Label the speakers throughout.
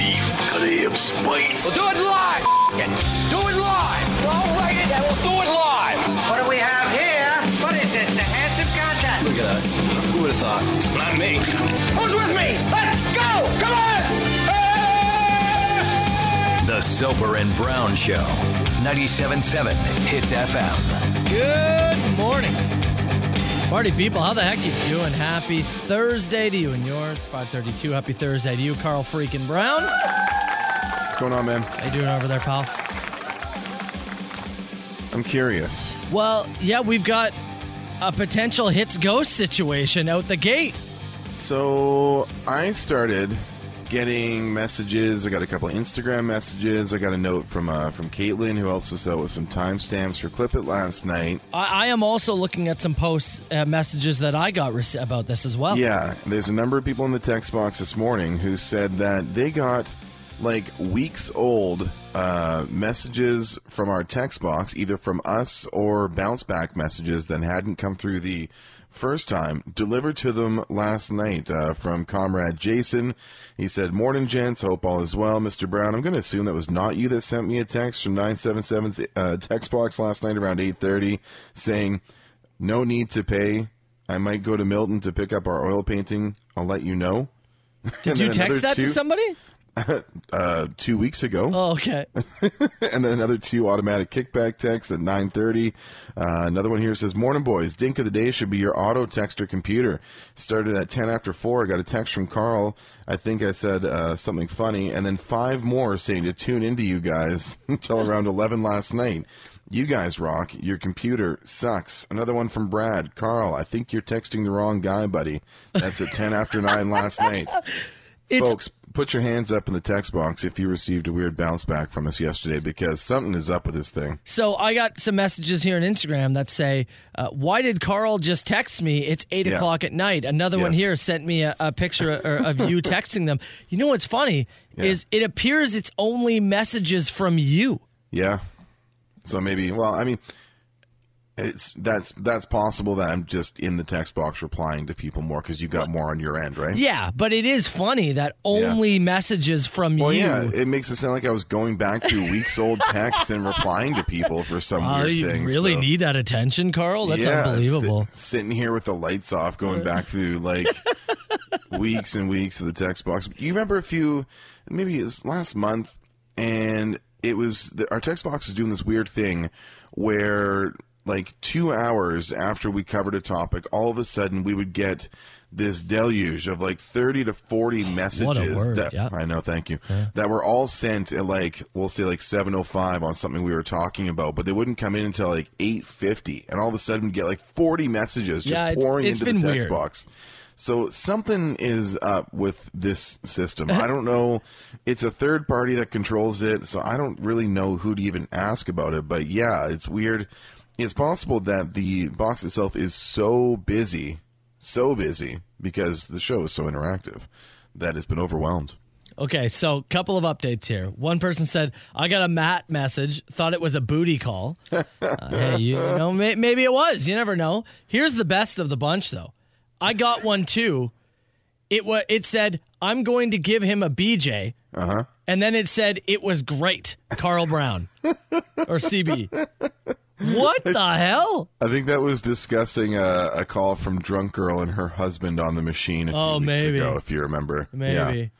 Speaker 1: gravity of space.
Speaker 2: We'll do it live. F- it. Do it live. I'll write it and we'll do it live.
Speaker 3: What do we have here? What is this? The handsome contest.
Speaker 4: Look at us. Who would have thought?
Speaker 2: Not me.
Speaker 3: Who's with me? Let's go! Come on!
Speaker 5: The Soper and Brown Show, 97.7 Hits FM.
Speaker 6: Good morning. Party people, how the heck you doing? Happy Thursday to you and yours. 532, happy Thursday to you, Carl freaking Brown.
Speaker 7: What's going on, man?
Speaker 6: How you doing over there, pal?
Speaker 7: I'm curious.
Speaker 6: Well, yeah, we've got a potential hits ghost situation out the gate.
Speaker 7: So I started getting messages. I got a couple of Instagram messages. I got a note from uh, from Caitlin who helps us out with some timestamps for Clip It last night.
Speaker 6: I, I am also looking at some posts, uh, messages that I got rece- about this as well.
Speaker 7: Yeah, there's a number of people in the text box this morning who said that they got like weeks old uh, messages from our text box, either from us or bounce back messages that hadn't come through the first time, delivered to them last night uh, from Comrade Jason. He said, Morning, gents. Hope all is well. Mr. Brown, I'm going to assume that was not you that sent me a text from 977's uh, text box last night around 8.30 saying, no need to pay. I might go to Milton to pick up our oil painting. I'll let you know.
Speaker 6: Did
Speaker 7: And
Speaker 6: you
Speaker 7: then
Speaker 6: text
Speaker 7: another
Speaker 6: that
Speaker 7: two-
Speaker 6: to somebody?
Speaker 7: Uh, two weeks ago,
Speaker 6: Oh, okay.
Speaker 7: and then another two automatic kickback texts at 9:30. Uh, another one here says, "Morning boys, Dink of the day should be your auto texter computer. Started at 10 after four. I got a text from Carl. I think I said uh, something funny, and then five more saying to tune into you guys until around 11 last night." You guys rock. Your computer sucks. Another one from Brad. Carl, I think you're texting the wrong guy, buddy. That's at 10 after 9 last night.
Speaker 6: It's-
Speaker 7: Folks, put your hands up in the text box if you received a weird bounce back from us yesterday because something is up with this thing.
Speaker 6: So I got some messages here on Instagram that say, uh, "Why did Carl just text me? It's eight
Speaker 7: Yeah.
Speaker 6: o'clock at night." Another one
Speaker 7: Yes.
Speaker 6: here sent me a, a picture of, or of you texting them. You know what's funny is it appears it's only messages from you.
Speaker 7: Yeah. So maybe, well, I mean, it's that's that's possible that I'm just in the text box replying to people more because you got more on your end, right?
Speaker 6: Yeah, but it is funny that only messages from
Speaker 7: Well,
Speaker 6: you.
Speaker 7: yeah, it makes it sound like I was going back to weeks old texts and replying to people for some
Speaker 6: Wow,
Speaker 7: weird
Speaker 6: Uh, you
Speaker 7: thing.
Speaker 6: really
Speaker 7: so-
Speaker 6: need that attention, Carl. That's
Speaker 7: Yeah,
Speaker 6: unbelievable.
Speaker 7: sit- sitting here with the lights off, going back through like weeks and weeks of the text box. You remember a few, maybe it's last month, and it was the, our text box is doing this weird thing where like two hours after we covered a topic, all of a sudden we would get this deluge of like 30 to 40 messages
Speaker 6: word,
Speaker 7: that
Speaker 6: yeah.
Speaker 7: I know, thank you. That were all sent at like we'll say like 7:05 on something we were talking about, but they wouldn't come in until like 8:50, and all of a sudden we get like 40 messages just
Speaker 6: Yeah, it's-
Speaker 7: pouring
Speaker 6: it's
Speaker 7: into the
Speaker 6: been weird.
Speaker 7: text box. So something is up with this system. I don't know. It's a third party that controls it, so I don't really know who to even ask about it. But yeah, it's weird. It's possible that the box itself is so busy, so busy because the show is so interactive that it's been overwhelmed.
Speaker 6: Okay, so couple of updates here. One person said, "I got a Matt message. Thought it was a booty call. Uh, hey, you know, may, maybe it was. You never know. Here's the best of the bunch, though. I got one too. It was. It said, "I'm going to give him a BJ." Uh
Speaker 7: Uh-huh.
Speaker 6: huh. And then it said, "It was great, Carl Brown or CB." What the hell?
Speaker 7: I think that was discussing a, a call from drunk girl and her husband on the machine a few
Speaker 6: Oh,
Speaker 7: weeks
Speaker 6: maybe.
Speaker 7: ago, if you remember.
Speaker 6: Maybe.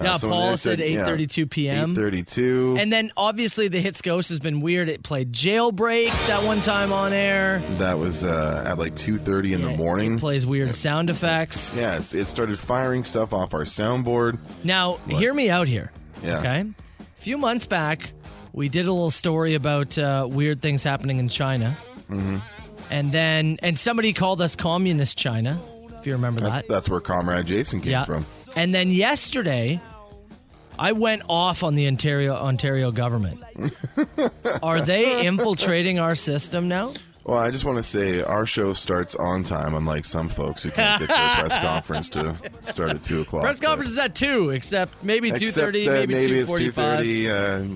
Speaker 6: Yeah,
Speaker 7: Uh, someone
Speaker 6: Paul
Speaker 7: there
Speaker 6: said
Speaker 7: said, yeah,
Speaker 6: 8:32
Speaker 7: Yeah.
Speaker 6: p.m.
Speaker 7: Eight thirty-two.
Speaker 6: And then obviously the hits ghost has been weird. It played jailbreak that one time on air.
Speaker 7: That was uh, at like two thirty in
Speaker 6: Yeah,
Speaker 7: the
Speaker 6: it-
Speaker 7: morning.
Speaker 6: It plays weird sound effects.
Speaker 7: yeah, it's, it started firing stuff off our soundboard.
Speaker 6: Now, hear me out here.
Speaker 7: Yeah.
Speaker 6: Okay. A few months back, we did a little story about uh, weird things happening in China.
Speaker 7: Mm-hmm.
Speaker 6: And then, and somebody called us communist China, if you remember that.
Speaker 7: That's, that's where Comrade Jason came from.
Speaker 6: And then yesterday, I went off on the Ontario Ontario government. Are they infiltrating our system now?
Speaker 7: Well, I just want to say our show starts on time, unlike some folks who can't get to a press conference to start at two o'clock.
Speaker 6: Press
Speaker 7: But-
Speaker 6: conference is at two, except maybe two
Speaker 7: Except
Speaker 6: thirty,
Speaker 7: that
Speaker 6: maybe,
Speaker 7: maybe it's
Speaker 6: 2:45.
Speaker 7: two thirty. Uh,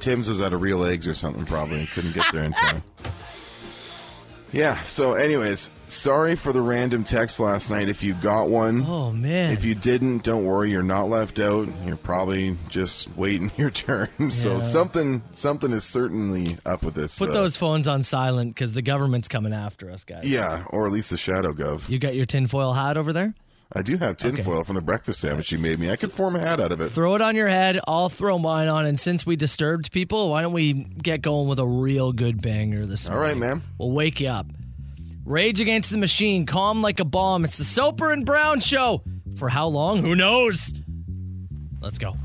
Speaker 7: Tim's was out of real eggs or something, probably and couldn't get there in time. Yeah. So, anyways, sorry for the random text last night. If you got one,
Speaker 6: Oh man.
Speaker 7: if you didn't, don't worry. You're not left out. You're probably just waiting your turn. So
Speaker 6: Yeah.
Speaker 7: something something is certainly up with this.
Speaker 6: Put
Speaker 7: uh,
Speaker 6: those phones on silent because the government's coming after us, guys.
Speaker 7: Yeah, or at least the shadow gov.
Speaker 6: You got your tinfoil hat over there?
Speaker 7: I do have tinfoil from the breakfast sandwich you made me. I could form a hat out of it.
Speaker 6: Throw it on your head. I'll throw mine on. And since we disturbed people, why don't we get going with a real good banger this
Speaker 7: All
Speaker 6: morning?
Speaker 7: right, ma'am.
Speaker 6: We'll wake you up. Rage Against the Machine, Calm Like a Bomb. It's the Soper and Brown Show. For how long? Who knows? Let's go.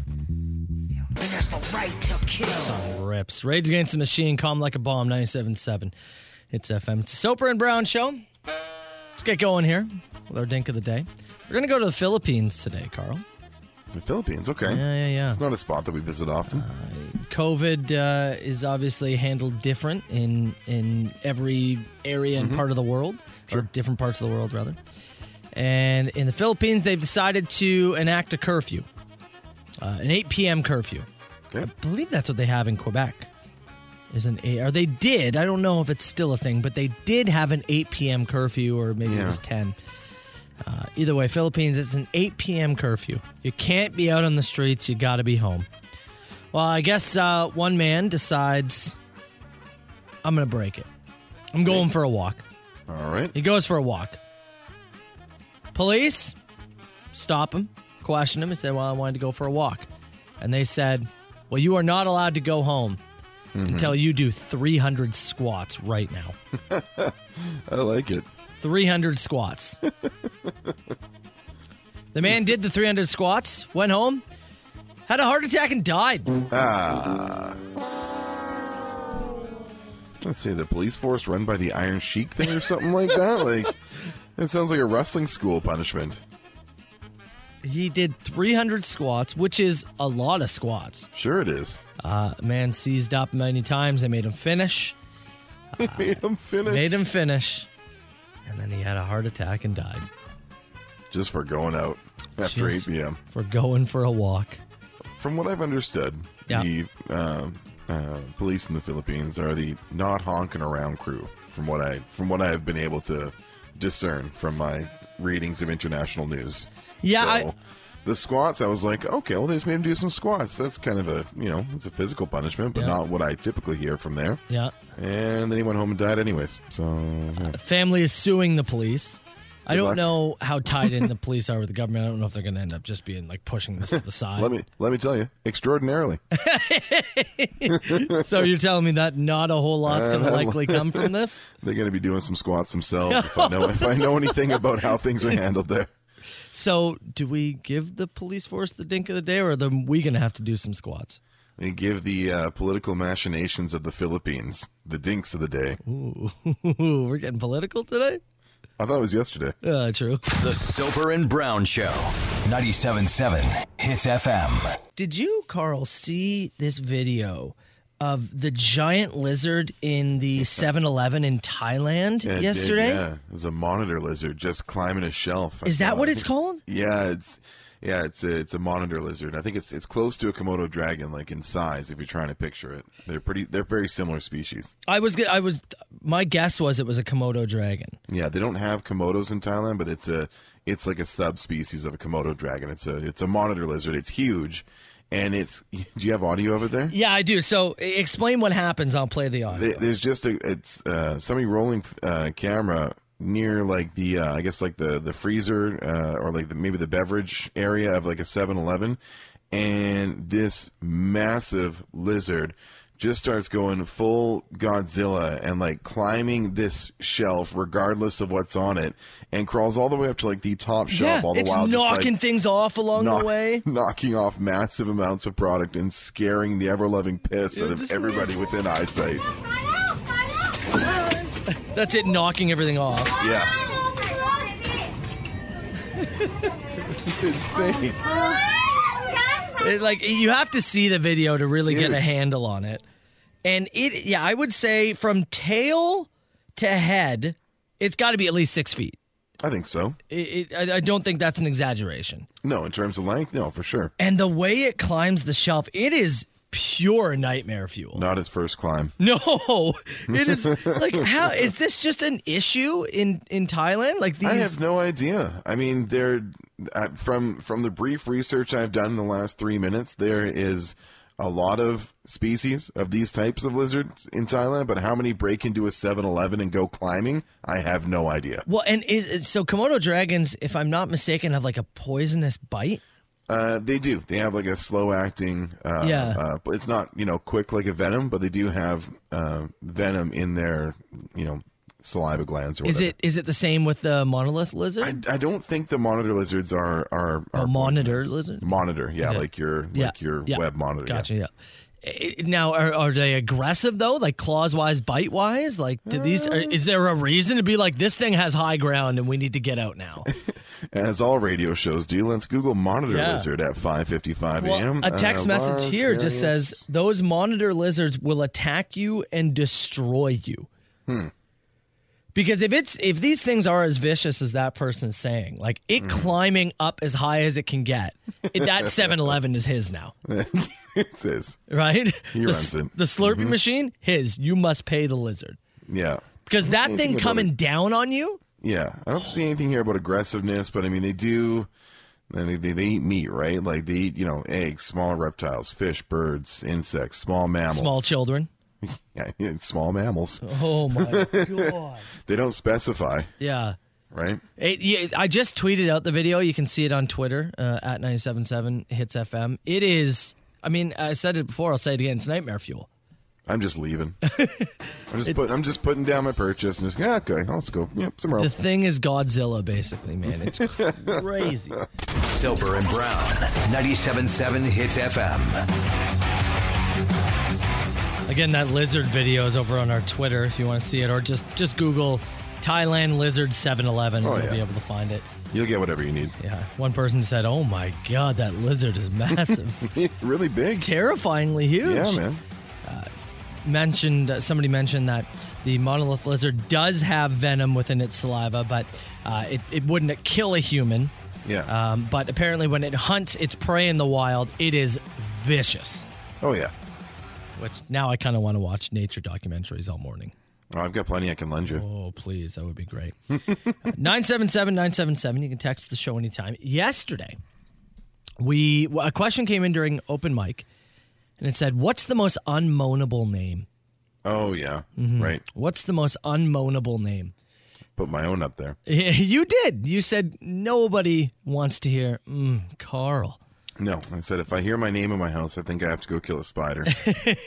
Speaker 6: Song rips. Rage Against the Machine, Calm Like a Bomb, 97.7. It's FM. It's the Soper and Brown Show. Let's get going here with our dink of the day. We're going to go to the Philippines today, Carl.
Speaker 7: The Philippines. Okay.
Speaker 6: Yeah, yeah, yeah.
Speaker 7: It's not a spot that we visit often.
Speaker 6: COVID uh, is obviously handled different in in every area and part of the world, or different parts of the world rather. And in the Philippines, they've decided to enact a curfew, uh, an 8 p.m. curfew.
Speaker 7: Okay.
Speaker 6: I believe that's what they have in Quebec. Is an eight, or they did? I don't know if it's still a thing, but they did have an 8 p.m. curfew, or maybe it
Speaker 7: Yeah.
Speaker 6: was 10. Uh, either way, Philippines, it's an 8 p.m. curfew. You can't be out on the streets. You got to be home. Well, I guess uh, one man decides I'm going to break it. I'm going for a walk.
Speaker 7: All right.
Speaker 6: He goes for a walk. Police stop him, question him. He said, Well, I wanted to go for a walk. And they said, Well, you are not allowed to go home until you do 300 squats right now.
Speaker 7: I like it.
Speaker 6: 300 squats. the man did the 300 squats, went home, had a heart attack, and died.
Speaker 7: Let's say the police force run by the Iron Sheik thing or something like that. Like, it sounds like a wrestling school punishment.
Speaker 6: He did 300 squats, which is a lot of squats.
Speaker 7: Sure, it is.
Speaker 6: Uh, man seized up many times. They made him finish.
Speaker 7: Made him finish
Speaker 6: made him finish, and then he had a heart attack and died.
Speaker 7: just for going out after
Speaker 6: Just
Speaker 7: 8 p.m.
Speaker 6: For going for a walk.
Speaker 7: From what I've understood,
Speaker 6: Yeah.
Speaker 7: the uh, uh, police in the Philippines are the not honking around crew. From what I from what I have been able to discern from my readings of international news.
Speaker 6: Yeah,
Speaker 7: So,
Speaker 6: I-
Speaker 7: the squats, I was like, okay, well, they just made him do some squats. That's kind of a you know, it's a physical punishment, but
Speaker 6: Yeah.
Speaker 7: not what I typically hear from there.
Speaker 6: Yeah.
Speaker 7: And then he went home and died anyways. So yeah.
Speaker 6: The family is suing the police. I
Speaker 7: Good
Speaker 6: don't
Speaker 7: luck.
Speaker 6: know how tied in the police are with the government. I don't know if they're going to end up just being like pushing this to the side.
Speaker 7: let me let me tell you, extraordinarily.
Speaker 6: so you're telling me that not a whole lot's going
Speaker 7: Uh,
Speaker 6: to likely come from this?
Speaker 7: They're going to be doing some squats themselves if I know if I know anything about how things are handled there.
Speaker 6: So do we give the police force the dink of the day, or are the- we going to have to do some squats?
Speaker 7: They give the uh, political machinations of the Philippines the dinks of the day.
Speaker 6: Ooh, we're getting political today.
Speaker 7: I thought it was yesterday.
Speaker 6: Uh, true.
Speaker 5: The Soper and Brown Show. 97.7 Hits FM.
Speaker 6: Did you, Carl, see this video of the giant lizard in the 7 Eleven in Thailand
Speaker 7: Yeah, it did,
Speaker 6: yesterday?
Speaker 7: uh, yeah, it was a monitor lizard just climbing a shelf. I
Speaker 6: Is
Speaker 7: saw
Speaker 6: that what
Speaker 7: it.
Speaker 6: it's called?
Speaker 7: Yeah, it's yeah, it's a, it's a monitor lizard. I think it's it's close to a komodo dragon, like in size, if you're trying to picture it. They're pretty. They're very similar species.
Speaker 6: I was, g- I was, my guess was it was a Komodo dragon.
Speaker 7: Yeah, they don't have komodos in Thailand, but it's a it's like a subspecies of a komodo dragon. It's a it's a monitor lizard. It's huge, and it's. Do you have audio of it there?
Speaker 6: Yeah, I do. So e- explain what happens. I'll play the audio.
Speaker 7: Th- There's just a it's uh, somebody rolling uh, camera near like the uh, I guess like the the freezer uh, or like the, maybe the beverage area of like a 7-Eleven, and this massive lizard just starts going full Godzilla and like climbing this shelf regardless of what's on it, and crawls all the way up to like the top shelf.
Speaker 6: yeah,
Speaker 7: all the
Speaker 6: it's
Speaker 7: while just, like,
Speaker 6: knocking things off along
Speaker 7: knock-
Speaker 6: the way.
Speaker 7: knocking off massive amounts of product and scaring the ever loving piss out of
Speaker 6: just-
Speaker 7: everybody within eyesight.
Speaker 6: That's it, knocking everything off.
Speaker 7: Yeah. It's insane.
Speaker 6: It, like you have to see the video to really get a
Speaker 7: Huge.
Speaker 6: handle on it. And it, yeah, I would say from tail to head, it's got to be at least six feet.
Speaker 7: I think so.
Speaker 6: It, it, I, I don't think that's an exaggeration.
Speaker 7: No, in terms of length, no, for sure.
Speaker 6: And the way it climbs the shelf, it is pure nightmare fuel.
Speaker 7: Not his first climb.
Speaker 6: No, it is like how is this just an issue in in Thailand? Like these
Speaker 7: I have no idea. I mean, there uh, from from the brief research I've done in the last three minutes, there is a lot of species of these types of lizards in Thailand. But how many break into a 7-Eleven and go climbing? I have no idea.
Speaker 6: well, and is so Komodo dragons, if I'm not mistaken, have like a poisonous bite.
Speaker 7: Uh, they do. They have like a slow acting. Uh,
Speaker 6: Yeah.
Speaker 7: Uh, but it's not you know quick like a venom, but they do have uh, venom in their you know saliva glands or
Speaker 6: Is
Speaker 7: whatever.
Speaker 6: it is it the same with the monolith lizard?
Speaker 7: I, I don't think the monitor lizards are are, are
Speaker 6: monitor
Speaker 7: poisonous.
Speaker 6: lizard?
Speaker 7: Monitor, yeah, like your like your
Speaker 6: yeah.
Speaker 7: web monitor. yeah.
Speaker 6: Gotcha. Yeah. I- I- Now, are, are they aggressive though? Like claws wise, bite wise? Like, do these? Are,
Speaker 7: Um,
Speaker 6: is there a reason to be like this thing has high ground and we need to get out now?
Speaker 7: As all radio shows do, let's Google monitor
Speaker 6: Yeah.
Speaker 7: lizard at 5:55
Speaker 6: Well,
Speaker 7: a.m.
Speaker 6: a text
Speaker 7: Uh,
Speaker 6: message
Speaker 7: large
Speaker 6: here just
Speaker 7: areas-
Speaker 6: says those monitor lizards will attack you and destroy you.
Speaker 7: Hmm.
Speaker 6: Because if it's if these things are as vicious as that person's saying, like
Speaker 7: Hmm.
Speaker 6: it climbing up as high as it can get, it, that 7-Eleven is his now,
Speaker 7: it says,
Speaker 6: right? the,
Speaker 7: runs it. Mm-hmm.
Speaker 6: the Slurpee machine, his. You must pay the lizard
Speaker 7: yeah,
Speaker 6: because that thing
Speaker 7: about
Speaker 6: coming down on you.
Speaker 7: yeah. I don't see anything here about aggressiveness, but I mean they do. and They, they, they eat meat, right? Like they eat, you know, eggs, small reptiles, fish, birds, insects, small mammals.
Speaker 6: Small children.
Speaker 7: yeah, yeah, small mammals.
Speaker 6: Oh my god.
Speaker 7: They don't specify,
Speaker 6: Yeah.
Speaker 7: right?
Speaker 6: It, yeah, I just tweeted out the video. You can see it on Twitter uh, at 977 hits FM. It is, I mean, I said it before, I'll say it again. It's nightmare fuel.
Speaker 7: I'm just leaving. I'm just putting. I'm just putting down my purchase and just yeah, okay. I'll just go yep, somewhere
Speaker 6: The
Speaker 7: else.
Speaker 6: thing is Godzilla, basically, man. It's crazy.
Speaker 5: Sober and Brown, 97.7 Hits FM.
Speaker 6: again, that lizard video is over on our Twitter if you want to see it, or just, just Google Thailand Lizard 7 Eleven.
Speaker 7: Oh,
Speaker 6: You'll
Speaker 7: yeah.
Speaker 6: be able to find it.
Speaker 7: You'll get whatever you need.
Speaker 6: Yeah. One person said, Oh my God, that lizard is massive.
Speaker 7: really big.
Speaker 6: Terrifyingly huge.
Speaker 7: Yeah, man.
Speaker 6: mentioned uh, somebody mentioned that the monolith lizard does have venom within its saliva, but uh, it, it wouldn't kill a human.
Speaker 7: Yeah.
Speaker 6: Um, but apparently, when it hunts its prey in the wild, it is vicious.
Speaker 7: oh yeah.
Speaker 6: Which now I kind of want to watch nature documentaries all morning.
Speaker 7: Oh, I've got plenty I can lend you.
Speaker 6: Oh, please, that would be great. 977 977. You can text the show anytime. Yesterday, we a question came in during open mic, and it said, What's the most unmoanable name?
Speaker 7: Oh yeah.
Speaker 6: Mm-hmm.
Speaker 7: Right.
Speaker 6: What's the most unmoanable name?
Speaker 7: Put my own up there.
Speaker 6: Yeah, you did. You said nobody wants to hear mm, Carl.
Speaker 7: No, I said if I hear my name in my house, I think I have to go kill a spider. I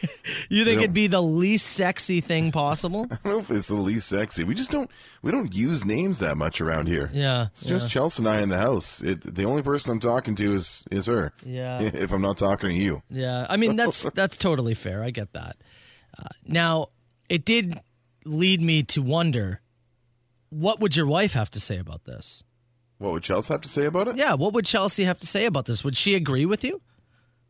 Speaker 6: You think it'd be the least sexy thing possible?
Speaker 7: don't know if it's the least sexy. We just don't we don't use names that much around here.
Speaker 6: Yeah,
Speaker 7: It's just
Speaker 6: yeah.
Speaker 7: Chelsea and I in the house. It, the only person I'm talking to is is her.
Speaker 6: Yeah.
Speaker 7: If I'm not talking to you.
Speaker 6: yeah, I mean that's that's totally fair. I get that. Uh, now, it did lead me to wonder, what would your wife have to say about this?
Speaker 7: What would Chelsea have to say about it?
Speaker 6: Yeah, what would Chelsea have to say about this? Would she agree with you?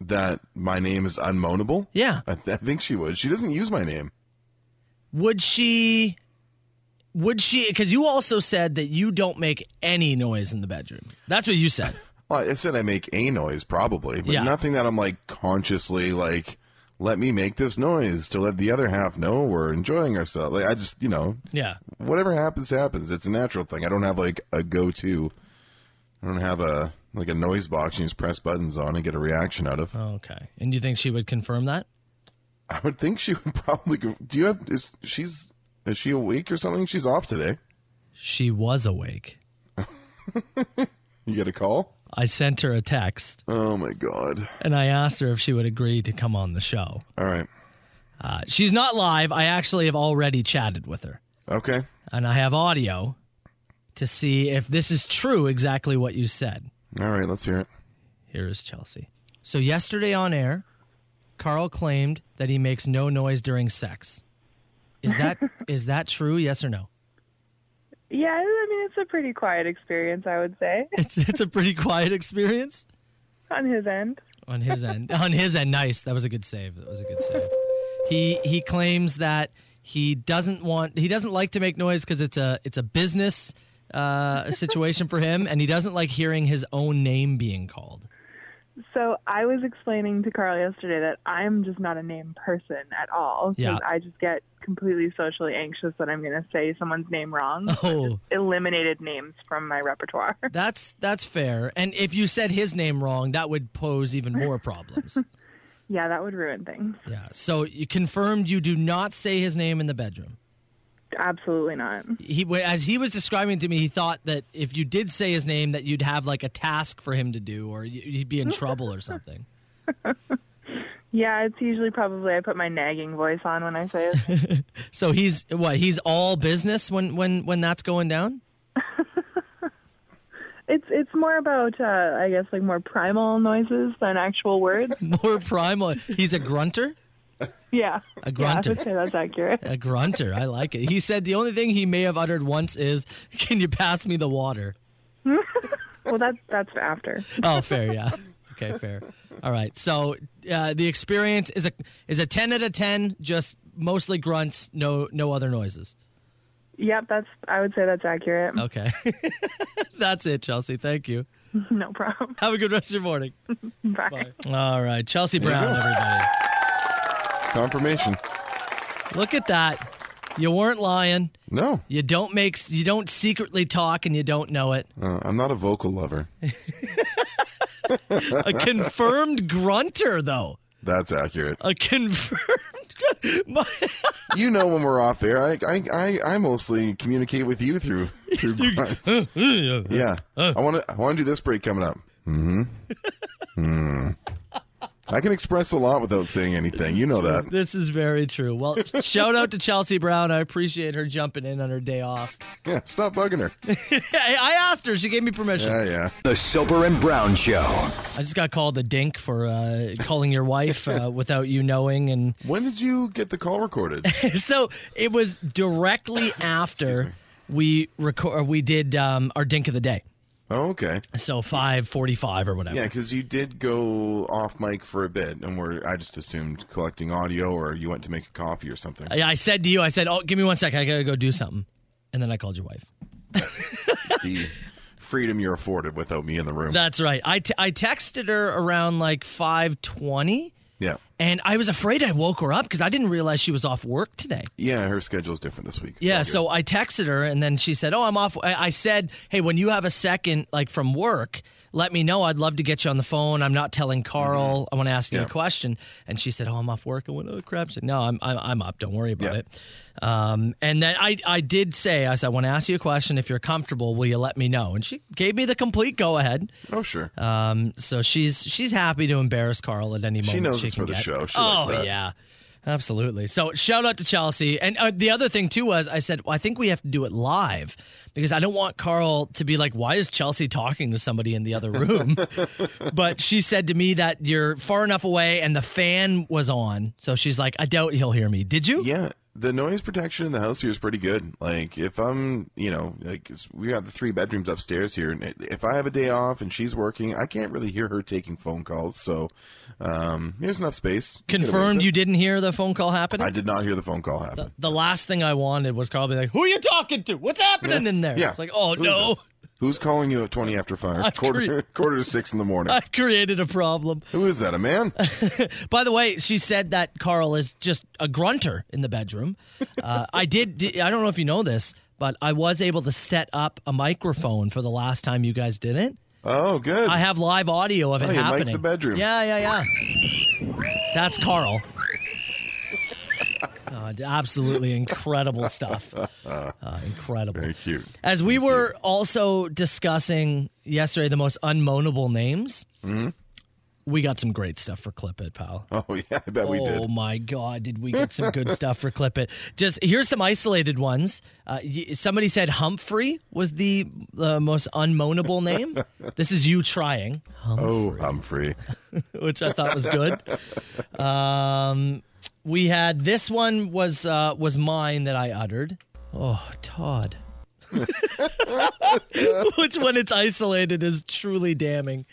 Speaker 7: That my name is unmoanable?
Speaker 6: Yeah.
Speaker 7: I, th- I think she would. She doesn't use my name.
Speaker 6: Would she? Would she? Because you also said that you don't make any noise in the bedroom. That's what you said.
Speaker 7: Well, I said I make a noise probably, but
Speaker 6: Yeah.
Speaker 7: nothing that I'm like consciously like let me make this noise to let the other half know we're enjoying ourselves. Like I just, you know,
Speaker 6: Yeah.
Speaker 7: whatever happens happens. It's a natural thing. I don't have like a go-to. I don't have a like a noise box you just press buttons on and get a reaction out of.
Speaker 6: Okay. And you think she would confirm that?
Speaker 7: I would think she would probably go, Do you have is she's is she awake or something? She's off today.
Speaker 6: She was awake.
Speaker 7: You get a call?
Speaker 6: I sent her a text
Speaker 7: Oh my god.
Speaker 6: and I asked her if she would agree to come on the show.
Speaker 7: All right.
Speaker 6: Uh, she's not live. I actually have already chatted with her
Speaker 7: Okay.
Speaker 6: and I have audio to see if this is true exactly what you said.
Speaker 7: All right, let's hear it.
Speaker 6: Here is Chelsea. So, yesterday on air, Carl claimed that he makes no noise during sex. Is that is that true? Yes or no?
Speaker 1: Yeah, I mean it's a pretty quiet experience, I would say,
Speaker 6: It's it's a pretty quiet experience.
Speaker 1: on his end.
Speaker 6: on his end. on his end, nice. That was a good save. That was a good save. He he claims that he doesn't want he doesn't like to make noise because it's a it's a business uh, situation for him, and he doesn't like hearing his own name being called.
Speaker 1: So I was explaining to Carl yesterday that I'm just not a name person at all. 'cause
Speaker 6: Yeah.
Speaker 1: I just get completely socially anxious that I'm going to say someone's name wrong. So I
Speaker 6: Oh.
Speaker 1: just Eliminated names from my repertoire.
Speaker 6: That's that's fair. And if you said his name wrong, that would pose even more problems.
Speaker 1: yeah, that would ruin things.
Speaker 6: yeah. So you confirmed you do not say his name in the bedroom.
Speaker 1: Absolutely not.
Speaker 6: He as he was describing to me, he thought that if you did say his name, that you'd have like a task for him to do, or you- he'd be in trouble or something.
Speaker 1: Yeah, it's usually probably I put my nagging voice on when I say it.
Speaker 6: So he's what? He's all business when when when that's going down.
Speaker 1: it's it's more about uh, I guess like more primal noises than actual words.
Speaker 6: More primal. He's a grunter.
Speaker 1: Yeah,
Speaker 6: A
Speaker 1: Yeah, I
Speaker 6: grunter.
Speaker 1: would say that's accurate.
Speaker 6: A grunter. I like it. He said the only thing he may have uttered once is, "Can you pass me the water?"
Speaker 1: Well, that's that's after.
Speaker 6: Oh, fair, yeah. Okay, fair. All right. So uh, the experience is a is a ten out of ten. Just mostly grunts, no no other noises.
Speaker 1: Yep, that's I would say that's accurate.
Speaker 6: Okay, that's it, Chelsea. Thank you.
Speaker 1: No problem.
Speaker 6: Have a good rest of your morning.
Speaker 1: Bye.
Speaker 6: All right, Chelsea Brown, everybody.
Speaker 7: Confirmation.
Speaker 6: Look at that. You weren't lying.
Speaker 7: No,
Speaker 6: You don't make you don't secretly talk, and you don't know it.
Speaker 7: uh, I'm not a vocal lover.
Speaker 6: A confirmed grunter, though.
Speaker 7: That's accurate.
Speaker 6: A confirmed. grun- My,
Speaker 7: You know when we're off air, I I, I, I mostly communicate with you through through grunts. yeah, I want to I want to do this break coming up. Mm-hmm. Hmm. I can express a lot without saying anything. You know that.
Speaker 6: This is very true. Well, shout out to Chelsea Brown. I appreciate her jumping in on her day off.
Speaker 7: Yeah, stop bugging her.
Speaker 6: I I asked her. She gave me permission.
Speaker 7: Yeah, yeah.
Speaker 5: The Soper and Brown Show.
Speaker 6: I just got called a dink for uh, calling your wife uh, without you knowing. And
Speaker 7: When did you get the call recorded?
Speaker 6: so it was directly after we record. We did um, our dink of the day.
Speaker 7: Oh, okay.
Speaker 6: So five forty-five or whatever.
Speaker 7: Yeah, because you did go off mic for a bit, and were I just assumed collecting audio, or you went to make a coffee or something.
Speaker 6: I, I said to you, I said, "Oh, give me one second. I gotta go do something." And then I called your wife.
Speaker 7: the freedom you're afforded without me in the room.
Speaker 6: That's right. I, t- I texted her around like five twenty.
Speaker 7: yeah,
Speaker 6: And I was afraid I woke her up because I didn't realize she was off work today.
Speaker 7: yeah. Her schedule's different this week.
Speaker 6: Yeah,
Speaker 7: All good.
Speaker 6: so I texted her and then she said, Oh, I'm off. I I said, Hey, when you have a second, like from work, let me know. I'd love to get you on the phone. I'm not telling Carl. I want to ask you
Speaker 7: Mm-hmm.
Speaker 6: a
Speaker 7: Yeah.
Speaker 6: question. And she said, Oh, I'm off work. I went, Oh, crap. She said, No, I'm, I'm, I'm up. Don't worry about
Speaker 7: Yeah.
Speaker 6: it. Um, and then I, I did say, I said, I want to ask you a question. If you're comfortable, will you let me know? And she gave me the complete go ahead.
Speaker 7: oh sure,
Speaker 6: Um, so she's she's happy to embarrass Carl at any moment.
Speaker 7: knows
Speaker 6: she
Speaker 7: it's
Speaker 6: can
Speaker 7: for the
Speaker 6: get.
Speaker 7: show. She
Speaker 6: oh
Speaker 7: likes that.
Speaker 6: yeah, absolutely. So shout out to Chelsea. And uh, the other thing too was I said well, I think we have to do it live because I don't want Carl to be like, why is Chelsea talking to somebody in the other room? but she said to me that you're far enough away and the fan was on, so she's like, I doubt he'll hear me. Did you?
Speaker 7: yeah. The noise protection in the house here is pretty good. Like if I'm, you know, like 'cause we got the three bedrooms upstairs here, and if I have a day off and she's working, I can't really hear her taking phone calls. So um there's enough space. Get away with
Speaker 6: Confirmed
Speaker 7: it.
Speaker 6: you didn't hear the phone call happening.
Speaker 7: I did not hear the phone call happen.
Speaker 6: the last thing I wanted was Carl be like, "Who are you talking to? What's happening in there?"
Speaker 7: Yeah.
Speaker 6: It's like, "Oh
Speaker 7: Who's
Speaker 6: no."
Speaker 7: this? Who's calling you at twenty after five?
Speaker 6: I've
Speaker 7: Quarter
Speaker 6: cre-
Speaker 7: quarter to six in the morning.
Speaker 6: I created a problem.
Speaker 7: Who is that? A man?
Speaker 6: By the way, she said that Carl is just a grunter in the bedroom. Uh, I did, di- I don't know if you know this, but I was able to set up a microphone for the last time you guys did it.
Speaker 7: Oh, good.
Speaker 6: I have live audio of it
Speaker 7: Oh, you mic'd
Speaker 6: happening.
Speaker 7: the bedroom.
Speaker 6: Yeah, yeah, yeah. That's Carl. Oh, absolutely incredible stuff. Uh, incredible.
Speaker 7: Very cute.
Speaker 6: As we were also discussing yesterday the most unmoanable names,
Speaker 7: Mm-hmm.
Speaker 6: we got some great stuff for Clip It, pal.
Speaker 7: Oh yeah, I bet we
Speaker 6: oh
Speaker 7: did.
Speaker 6: my God, did we get some good stuff for Clip It? Just here's some isolated ones. Uh, y- somebody said Humphrey was the uh, most unmoanable name. this is you trying,
Speaker 7: Oh, I'm free.
Speaker 6: which I thought was good. Um, we had this one was uh, was mine that I uttered. Oh, Todd. which when it's isolated is truly damning.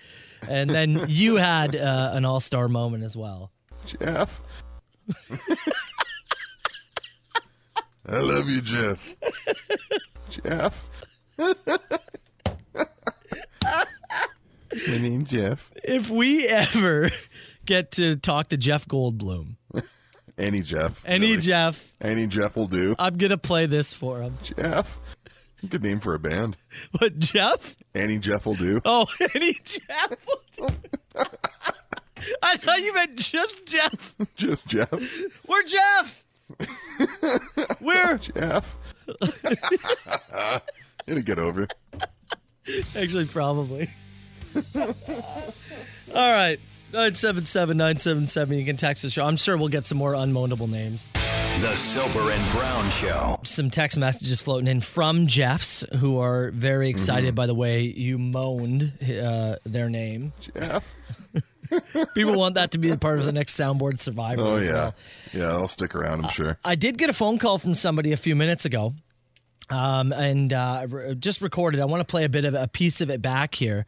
Speaker 6: And then you had uh, an all-star moment as well.
Speaker 7: Jeff. I love you, Jeff. Jeff. We need Jeff.
Speaker 6: If we ever get to talk to Jeff Goldblum,
Speaker 7: Any Jeff.
Speaker 6: any
Speaker 7: really.
Speaker 6: Jeff,
Speaker 7: Any Jeff will do.
Speaker 6: I'm gonna play this for him.
Speaker 7: Jeff. Good name for a band.
Speaker 6: What Jeff?
Speaker 7: Any Jeff will do.
Speaker 6: Oh, any Jeff? I thought you meant just Jeff.
Speaker 7: Just Jeff.
Speaker 6: We're Jeff. We're
Speaker 7: Jeff. It'll get over.
Speaker 6: Actually, probably. All right. 977 977. You can text the show. I'm sure we'll get some more unmoanable names.
Speaker 5: The Soper and Brown Show.
Speaker 6: Some text messages floating in from Jeffs, who are very excited
Speaker 7: Mm-hmm.
Speaker 6: by the way you moaned uh, their name.
Speaker 7: Jeff.
Speaker 6: People want that to be a part of the next Soundboard Survivor
Speaker 7: Oh
Speaker 6: as
Speaker 7: yeah.
Speaker 6: well.
Speaker 7: Yeah, I'll stick around, I'm sure.
Speaker 6: I did get a phone call from somebody a few minutes ago, um, and uh, I re- just recorded. I want to play a bit of a piece of it back here,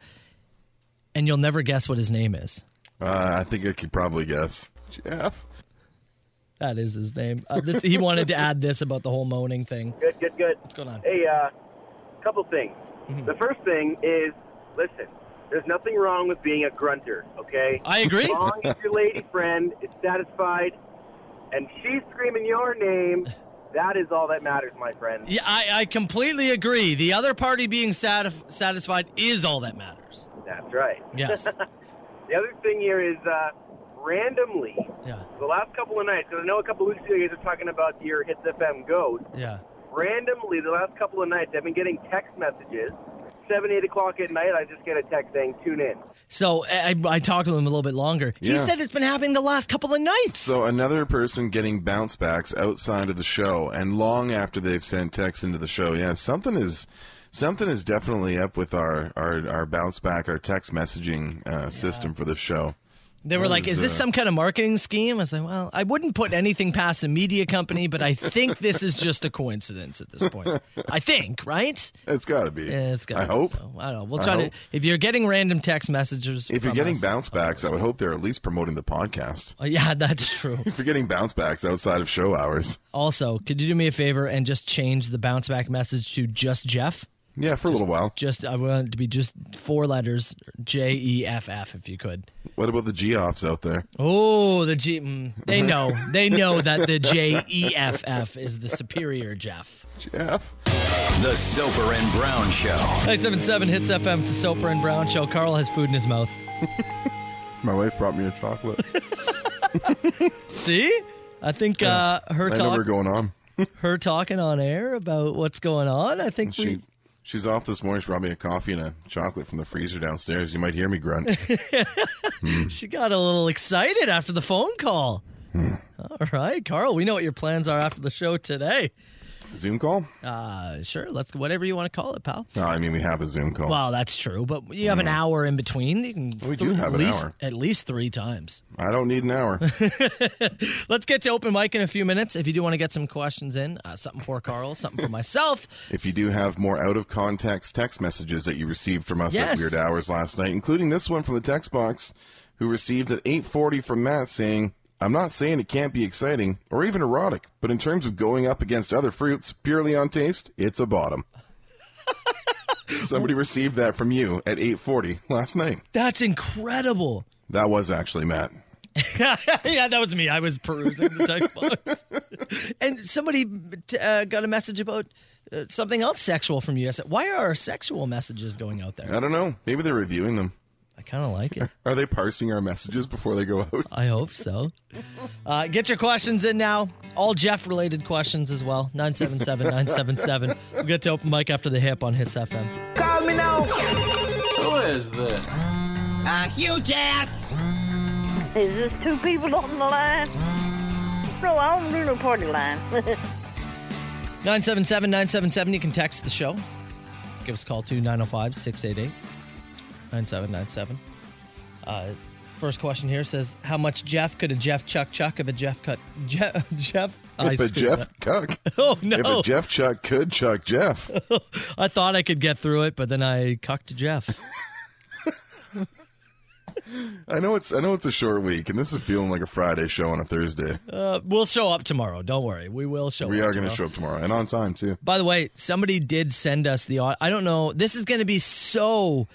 Speaker 6: and you'll never guess what his name is.
Speaker 7: Uh, I think I could probably guess. Jeff.
Speaker 6: That is his name. Uh, this, he wanted to add this about the whole moaning thing.
Speaker 4: Good, good, good.
Speaker 6: What's going on?
Speaker 4: Hey, uh, couple things. The first thing is, listen, there's nothing wrong with being a grunter, okay?
Speaker 6: I agree.
Speaker 4: As long as your lady friend is satisfied and she's screaming your name, that is all that matters, my friend.
Speaker 6: Yeah, I, I completely agree. The other party being satif- satisfied is all that matters.
Speaker 4: That's right.
Speaker 6: Yes.
Speaker 4: The other thing here is, uh, randomly,
Speaker 6: Yeah.
Speaker 4: the last couple of nights, because I know a couple weeks ago you guys were talking about your Hits FM Ghost,
Speaker 6: Yeah.
Speaker 4: randomly the last couple of nights I've been getting text messages. 7, 8 o'clock at night, I just get a text saying, tune in.
Speaker 6: So I, I talked to him a little bit longer. He
Speaker 7: Yeah.
Speaker 6: said it's been happening the last couple of nights.
Speaker 7: So another person getting bounce backs outside of the show and long after they've sent texts into the show. Yeah, something is something is definitely up with our our, our bounce back, our text messaging uh, system for the show.
Speaker 6: they were
Speaker 7: What
Speaker 6: like,
Speaker 7: is
Speaker 6: is this
Speaker 7: that?"
Speaker 6: some kind of marketing scheme? I was like, well, I wouldn't put anything past a media company, but I think this is just a coincidence at this point. I think, right?
Speaker 7: It's got to be.
Speaker 6: Yeah, it's got
Speaker 7: I hope.
Speaker 6: So, I don't know. We'll
Speaker 7: I
Speaker 6: try to.
Speaker 7: hope.
Speaker 6: If you're getting random text messages,
Speaker 7: If you're
Speaker 6: from
Speaker 7: getting
Speaker 6: us-
Speaker 7: bounce backs, I would hope they're at least promoting the podcast.
Speaker 6: Oh, yeah, that's true.
Speaker 7: If you're getting bounce backs outside of show hours,
Speaker 6: Also, could you do me a favor and just change the bounce back message to just Jeff?
Speaker 7: yeah, for a little while.
Speaker 6: Just I want it to be just four letters J E F F if you could.
Speaker 7: What about the G offs out there?
Speaker 6: Oh, the G. Mm, they know. They know that the J E F F is the superior Jeff.
Speaker 7: Jeff.
Speaker 5: The Soper and Brown Show.
Speaker 6: 977 hits FM to Soper and Brown show. Carl has food in his mouth.
Speaker 7: My wife brought me a chocolate.
Speaker 6: See? I think uh, her
Speaker 7: I know we're
Speaker 6: talk,
Speaker 7: going on.
Speaker 6: her talking on air about what's going on. I think we
Speaker 7: She she's off this morning. She brought me a coffee and a chocolate from the freezer downstairs. You might hear me grunt.
Speaker 6: She got a little excited after the phone call.
Speaker 7: Hmm.
Speaker 6: All right, Carl, we know what your plans are after the show today.
Speaker 7: Zoom call?
Speaker 6: Uh, sure, let's whatever you want to call it, pal.
Speaker 7: No, I mean we have a Zoom call.
Speaker 6: Well, that's true, but you have an hour in between. You can
Speaker 7: Hmm. We do
Speaker 6: at
Speaker 7: have an
Speaker 6: least,
Speaker 7: hour.
Speaker 6: At least three times.
Speaker 7: I don't need an hour.
Speaker 6: Let's get to open mic in a few minutes. If you do want to get some questions in, uh, something for Carl, something for myself.
Speaker 7: if you do have more out of context text messages that you received from us
Speaker 6: Yes.
Speaker 7: at weird hours last night, including this one from the text box, who received at 8:40 from Matt saying. I'm not saying it can't be exciting or even erotic, but in terms of going up against other fruits purely on taste, it's a bottom. Somebody received that from you at 8:40 last night.
Speaker 6: That's incredible.
Speaker 7: That was actually Matt.
Speaker 6: yeah, that was me. I was perusing the text box, and somebody t- uh, got a message about uh, something else sexual from you. I said, "Why are our sexual messages going out there?"
Speaker 7: I don't know. Maybe they're reviewing them.
Speaker 6: I kind of like it.
Speaker 7: Are they parsing our messages before they go out?
Speaker 6: I hope so. Uh, get your questions in now. All Jeff related questions as well. 977 977. We'll get to open mic after the hip on Hits FM.
Speaker 8: Is this two people on the line? No, I don't do no party line.
Speaker 6: 977 977. You can text the show. Give us a call to 905 688 9797. Uh, First question here says How much Jeff could a Jeff Chuck Chuck of a Jeff cut? Jeff. Jeff I
Speaker 7: If a
Speaker 6: screwed
Speaker 7: Jeff
Speaker 6: up.
Speaker 7: Chuck,
Speaker 6: Oh,
Speaker 7: if
Speaker 6: no.
Speaker 7: a Jeff Chuck could Chuck Jeff,
Speaker 6: I thought I could get through it, but then I cucked Jeff.
Speaker 7: I know it's I know it's a short week, and this is feeling like a Friday show on a Thursday.
Speaker 6: Uh, we'll show up tomorrow. Don't worry. We will show
Speaker 7: we
Speaker 6: up.
Speaker 7: are going to
Speaker 6: tomorrow.
Speaker 7: show up tomorrow and on time too.
Speaker 6: By the way, somebody did send us the. au- I don't know. This is going to be so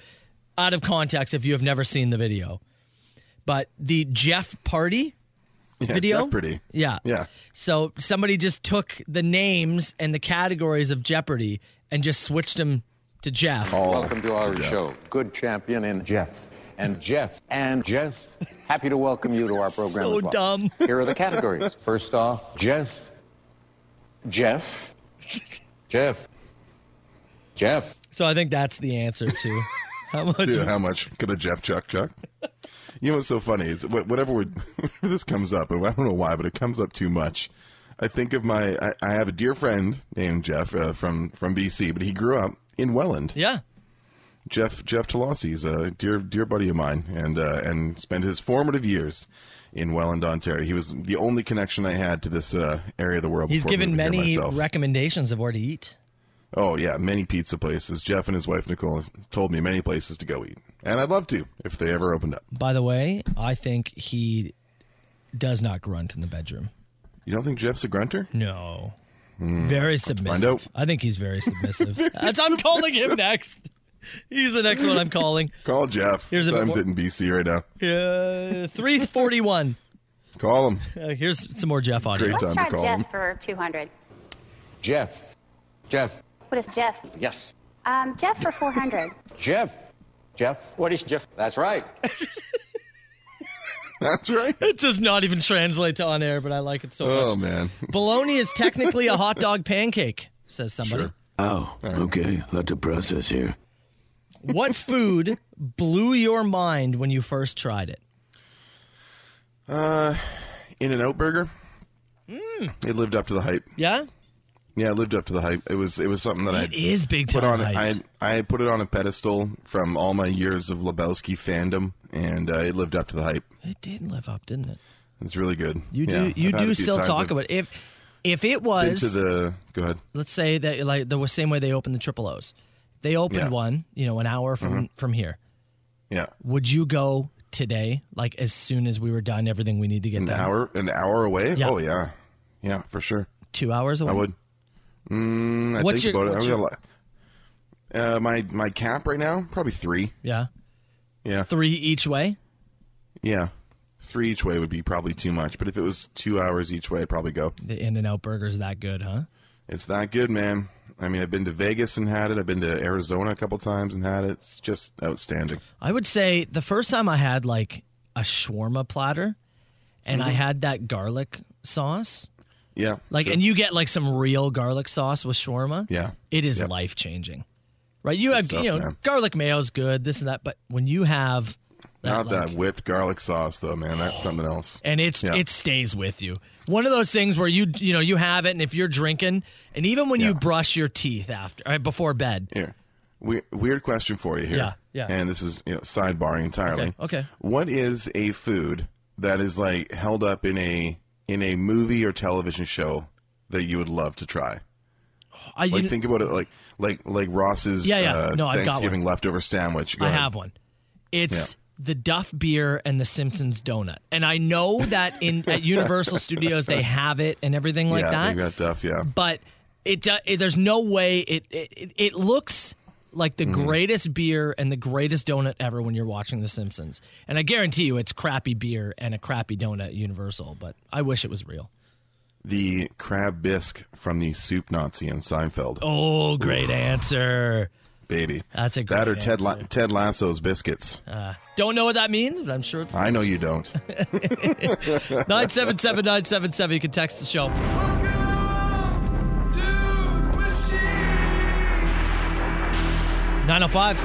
Speaker 6: out of context if you have never seen the video. But the Jeff Party
Speaker 7: Yeah,
Speaker 6: video?
Speaker 7: Jeopardy.
Speaker 6: Yeah.
Speaker 7: Yeah.
Speaker 6: So somebody just took the names and the categories of Jeopardy and just switched them to Jeff.
Speaker 7: All
Speaker 9: Welcome to our show. Good champion in Jeff. And Jeff and Jeff. Happy to welcome you to our program.
Speaker 6: So
Speaker 9: as well.
Speaker 6: dumb.
Speaker 9: Here are the categories. First off, Jeff. Jeff. Jeff. Jeff.
Speaker 6: So I think that's the answer to how much.
Speaker 7: Dude, how much could a Jeff Chuck Chuck? You know what's so funny is wh- whatever we this comes up, and I don't know why, but it comes up too much. I think of my, I, I have a dear friend named Jeff uh, from from BC, but he grew up in Welland.
Speaker 6: Yeah.
Speaker 7: Jeff Jeff Talossi is a dear dear buddy of mine, and uh, and spent his formative years in Welland, Ontario. He was the only connection I had to this uh, area of the world.
Speaker 6: He's
Speaker 7: before
Speaker 6: given
Speaker 7: moving here
Speaker 6: many
Speaker 7: myself.
Speaker 6: recommendations of where to eat.
Speaker 7: Oh yeah, many pizza places. Jeff and his wife Nicole have told me many places to go eat, and I'd love to if they ever opened up.
Speaker 6: By the way, I think he does not grunt in the bedroom.
Speaker 7: You don't think Jeff's a grunter?
Speaker 6: No.
Speaker 7: Hmm.
Speaker 6: Very submissive.
Speaker 7: out.
Speaker 6: I think he's very submissive. That's I'm calling him next. He's the next one I'm calling.
Speaker 7: Call Jeff.
Speaker 6: Here's a bit
Speaker 7: I'm
Speaker 6: more-
Speaker 7: sitting BC right now.
Speaker 6: Uh, 341.
Speaker 7: Call him.
Speaker 6: Uh, here's some more Jeff audio.
Speaker 7: Great time to call him.
Speaker 10: for 200.
Speaker 9: Jeff. Jeff.
Speaker 10: What is Jeff?
Speaker 9: Yes.
Speaker 10: Um, Jeff for 400.
Speaker 9: Jeff. Jeff.
Speaker 2: What is Jeff?
Speaker 9: That's right.
Speaker 7: That's right.
Speaker 6: It does not even translate to on air, but I like it so much.
Speaker 7: Oh man.
Speaker 6: Bologna is technically a hot dog pancake, says somebody.
Speaker 7: Sure.
Speaker 11: Oh, okay. Let of process here.
Speaker 6: What food blew your mind when you first tried it?
Speaker 7: In and Out Burger.
Speaker 6: Mm.
Speaker 7: It lived up to the hype.
Speaker 6: Yeah?
Speaker 7: Yeah, it lived up to the hype. It was it was something that I
Speaker 6: It is big time.
Speaker 7: put on. I
Speaker 6: hype.
Speaker 7: I had put it on a pedestal from all my years of Lebowski fandom, and uh, it lived up to the hype.
Speaker 6: It did live up, didn't it?
Speaker 7: It's really good.
Speaker 6: You do
Speaker 7: Yeah,
Speaker 6: you
Speaker 7: I've had
Speaker 6: do
Speaker 7: a few
Speaker 6: still
Speaker 7: times.
Speaker 6: talk
Speaker 7: I've
Speaker 6: about it. if if it
Speaker 7: been
Speaker 6: was
Speaker 7: to the. Go ahead.
Speaker 6: let's say that like the same way they opened the triple O's. They opened
Speaker 7: Yeah. Mm-hmm.
Speaker 6: one, you know, an hour from from here.
Speaker 7: Yeah,
Speaker 6: Would you go today? Like as soon as we were done, everything we need to get
Speaker 7: an
Speaker 6: done.
Speaker 7: hour an hour away.
Speaker 6: Yeah.
Speaker 7: Oh yeah, yeah for sure.
Speaker 6: Two hours away.
Speaker 7: I would. Mm, I
Speaker 6: What's
Speaker 7: think
Speaker 6: your-
Speaker 7: about it.
Speaker 6: what's
Speaker 7: I'm
Speaker 6: your-
Speaker 7: gonna lie. Uh, my my cap right now probably three.
Speaker 6: Yeah.
Speaker 7: Yeah.
Speaker 6: Three each way.
Speaker 7: Yeah, three each way would be probably too much. But if it was two hours each way, I'd probably go.
Speaker 6: The In and Out burger's that good, huh?
Speaker 7: It's not good, man. I mean, I've been to Vegas and had it. I've been to Arizona a couple times and had it. It's just outstanding.
Speaker 6: I would say the first time I had like a shawarma platter and I had that garlic sauce.
Speaker 7: Yeah.
Speaker 6: Like
Speaker 7: Mm-hmm. sure.
Speaker 6: and you get like some real garlic sauce with shawarma.
Speaker 7: Yeah.
Speaker 6: It is
Speaker 7: Yep.
Speaker 6: life changing. Right? You have
Speaker 7: stuff,
Speaker 6: you know,
Speaker 7: man.
Speaker 6: garlic mayo's good, this and that, but when you have that,
Speaker 7: Not
Speaker 6: like- Eh.
Speaker 7: that whipped garlic sauce though, man. That's something else.
Speaker 6: and it's
Speaker 7: Yeah.
Speaker 6: it stays with you. One of those things where you you know you have it, and if you're drinking, and even when you
Speaker 7: Yeah.
Speaker 6: brush your teeth after or before bed,
Speaker 7: Here, we- weird question for you here.
Speaker 6: Yeah, yeah.
Speaker 7: And this is you know, sidebarring entirely.
Speaker 6: Okay, okay.
Speaker 7: What is a food that is like held up in a in a movie or television show that you would love to try?
Speaker 6: I
Speaker 7: Like
Speaker 6: you-
Speaker 7: think about it, like like like Ross's
Speaker 6: Yeah, yeah.
Speaker 7: Uh,
Speaker 6: No, I've got
Speaker 7: Thanksgiving leftover sandwich. Go
Speaker 6: I
Speaker 7: ahead.
Speaker 6: have one. It's the Duff beer and the Simpsons donut, and I know that in at Universal Studios they have it and everything like
Speaker 7: yeah,
Speaker 6: that.
Speaker 7: they've got Duff. Yeah,
Speaker 6: but it, do- it there's no way it it, it- it looks like the greatest beer and the greatest donut ever when you're watching The Simpsons. And I guarantee you, it's crappy beer and a crappy donut at Universal. But I wish it was real.
Speaker 7: the crab bisque from the soup Nazi in Seinfeld.
Speaker 6: Oh, great answer.
Speaker 7: baby,
Speaker 6: That's a
Speaker 7: that
Speaker 6: great
Speaker 7: or Ted La-
Speaker 6: answer.
Speaker 7: Ted Lasso's biscuits.
Speaker 6: Don't know what that means, but I'm sure it's
Speaker 7: I know you don't.
Speaker 6: 977 977. You can text the show. Nine oh five.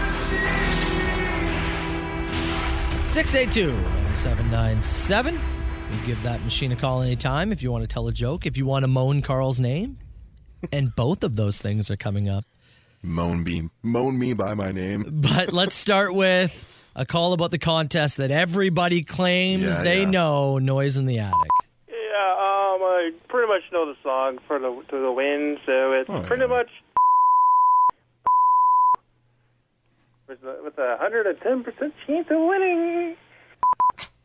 Speaker 6: Six eight two seven nine seven. You give that machine a call anytime if you want to tell a joke, if you want to moan Carl's name. And both of those things are coming up.
Speaker 7: moan me, moan me by my name.
Speaker 6: But let's start with a call about the contest that everybody claims
Speaker 7: Yeah,
Speaker 6: they
Speaker 7: yeah.
Speaker 6: know, Noise in the Attic.
Speaker 4: Yeah, um, I pretty much know the song for the to the wind, so it's
Speaker 7: Oh,
Speaker 4: pretty
Speaker 7: yeah.
Speaker 4: much with a hundred and ten percent chance of winning.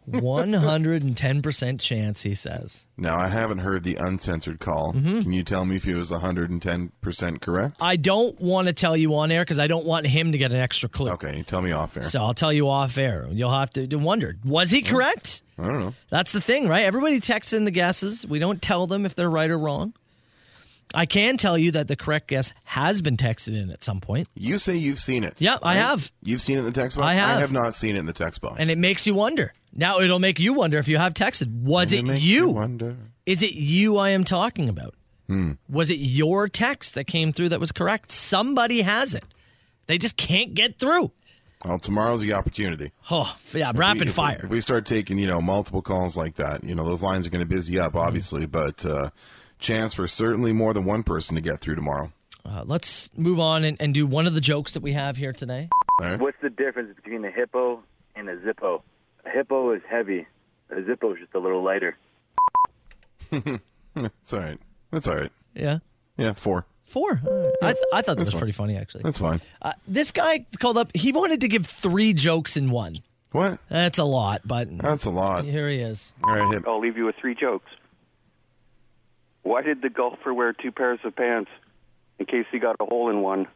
Speaker 6: 110% chance, he says.
Speaker 7: Now, I haven't heard the uncensored call.
Speaker 6: Mm-hmm.
Speaker 7: Can you tell me if it was 110% correct?
Speaker 6: I don't want to tell you on air because I don't want him to get an extra clue.
Speaker 7: Okay, tell me off air.
Speaker 6: Oh. So I'll tell you off air. You'll have to to wonder was he correct?
Speaker 7: I don't know.
Speaker 6: That's the thing, right? Everybody texts in the guesses. We don't tell them if they're right or wrong. I can tell you that the correct guess has been texted in at some point,
Speaker 7: You say you've seen it.
Speaker 6: Yeah, I have.
Speaker 7: You've seen it in the text box?
Speaker 6: I have.
Speaker 7: I have not seen it in the text box.
Speaker 6: and it makes you wonder. Now it'll make you wonder if you have texted. Was it,
Speaker 7: makes
Speaker 6: you?
Speaker 7: wonder.
Speaker 6: Is it you I am talking about?
Speaker 7: Hmm.
Speaker 6: Was it your text that came through that was correct? Somebody has it. They just can't get through.
Speaker 7: Well, tomorrow's the opportunity.
Speaker 6: Oh, yeah, rapid
Speaker 7: we-
Speaker 6: fire.
Speaker 7: If we start taking, you know, multiple calls like that, you know, those lines are going to busy
Speaker 6: Mm-hmm.
Speaker 7: up, obviously, but uh, chance for certainly more than one person to get through tomorrow.
Speaker 6: Uh, let's move on and, and do one of the jokes that we have here today.
Speaker 12: What's the difference between a hippo and a zippo? A hippo is heavy. A zippo is just a little lighter.
Speaker 7: That's all right. That's all right.
Speaker 6: Yeah.
Speaker 7: Yeah, four.
Speaker 6: Four. I, th- I thought that
Speaker 7: That's
Speaker 6: was
Speaker 7: fine.
Speaker 6: pretty funny, actually.
Speaker 7: That's fine.
Speaker 6: Uh, this guy called up. He wanted to give three jokes in one.
Speaker 7: What?
Speaker 6: That's a lot, but
Speaker 7: That's a lot.
Speaker 6: here he is.
Speaker 7: All right,
Speaker 12: Oh.
Speaker 7: hip.
Speaker 13: I'll leave you with three jokes. Why did the golfer wear two pairs of pants in case he got a hole in one?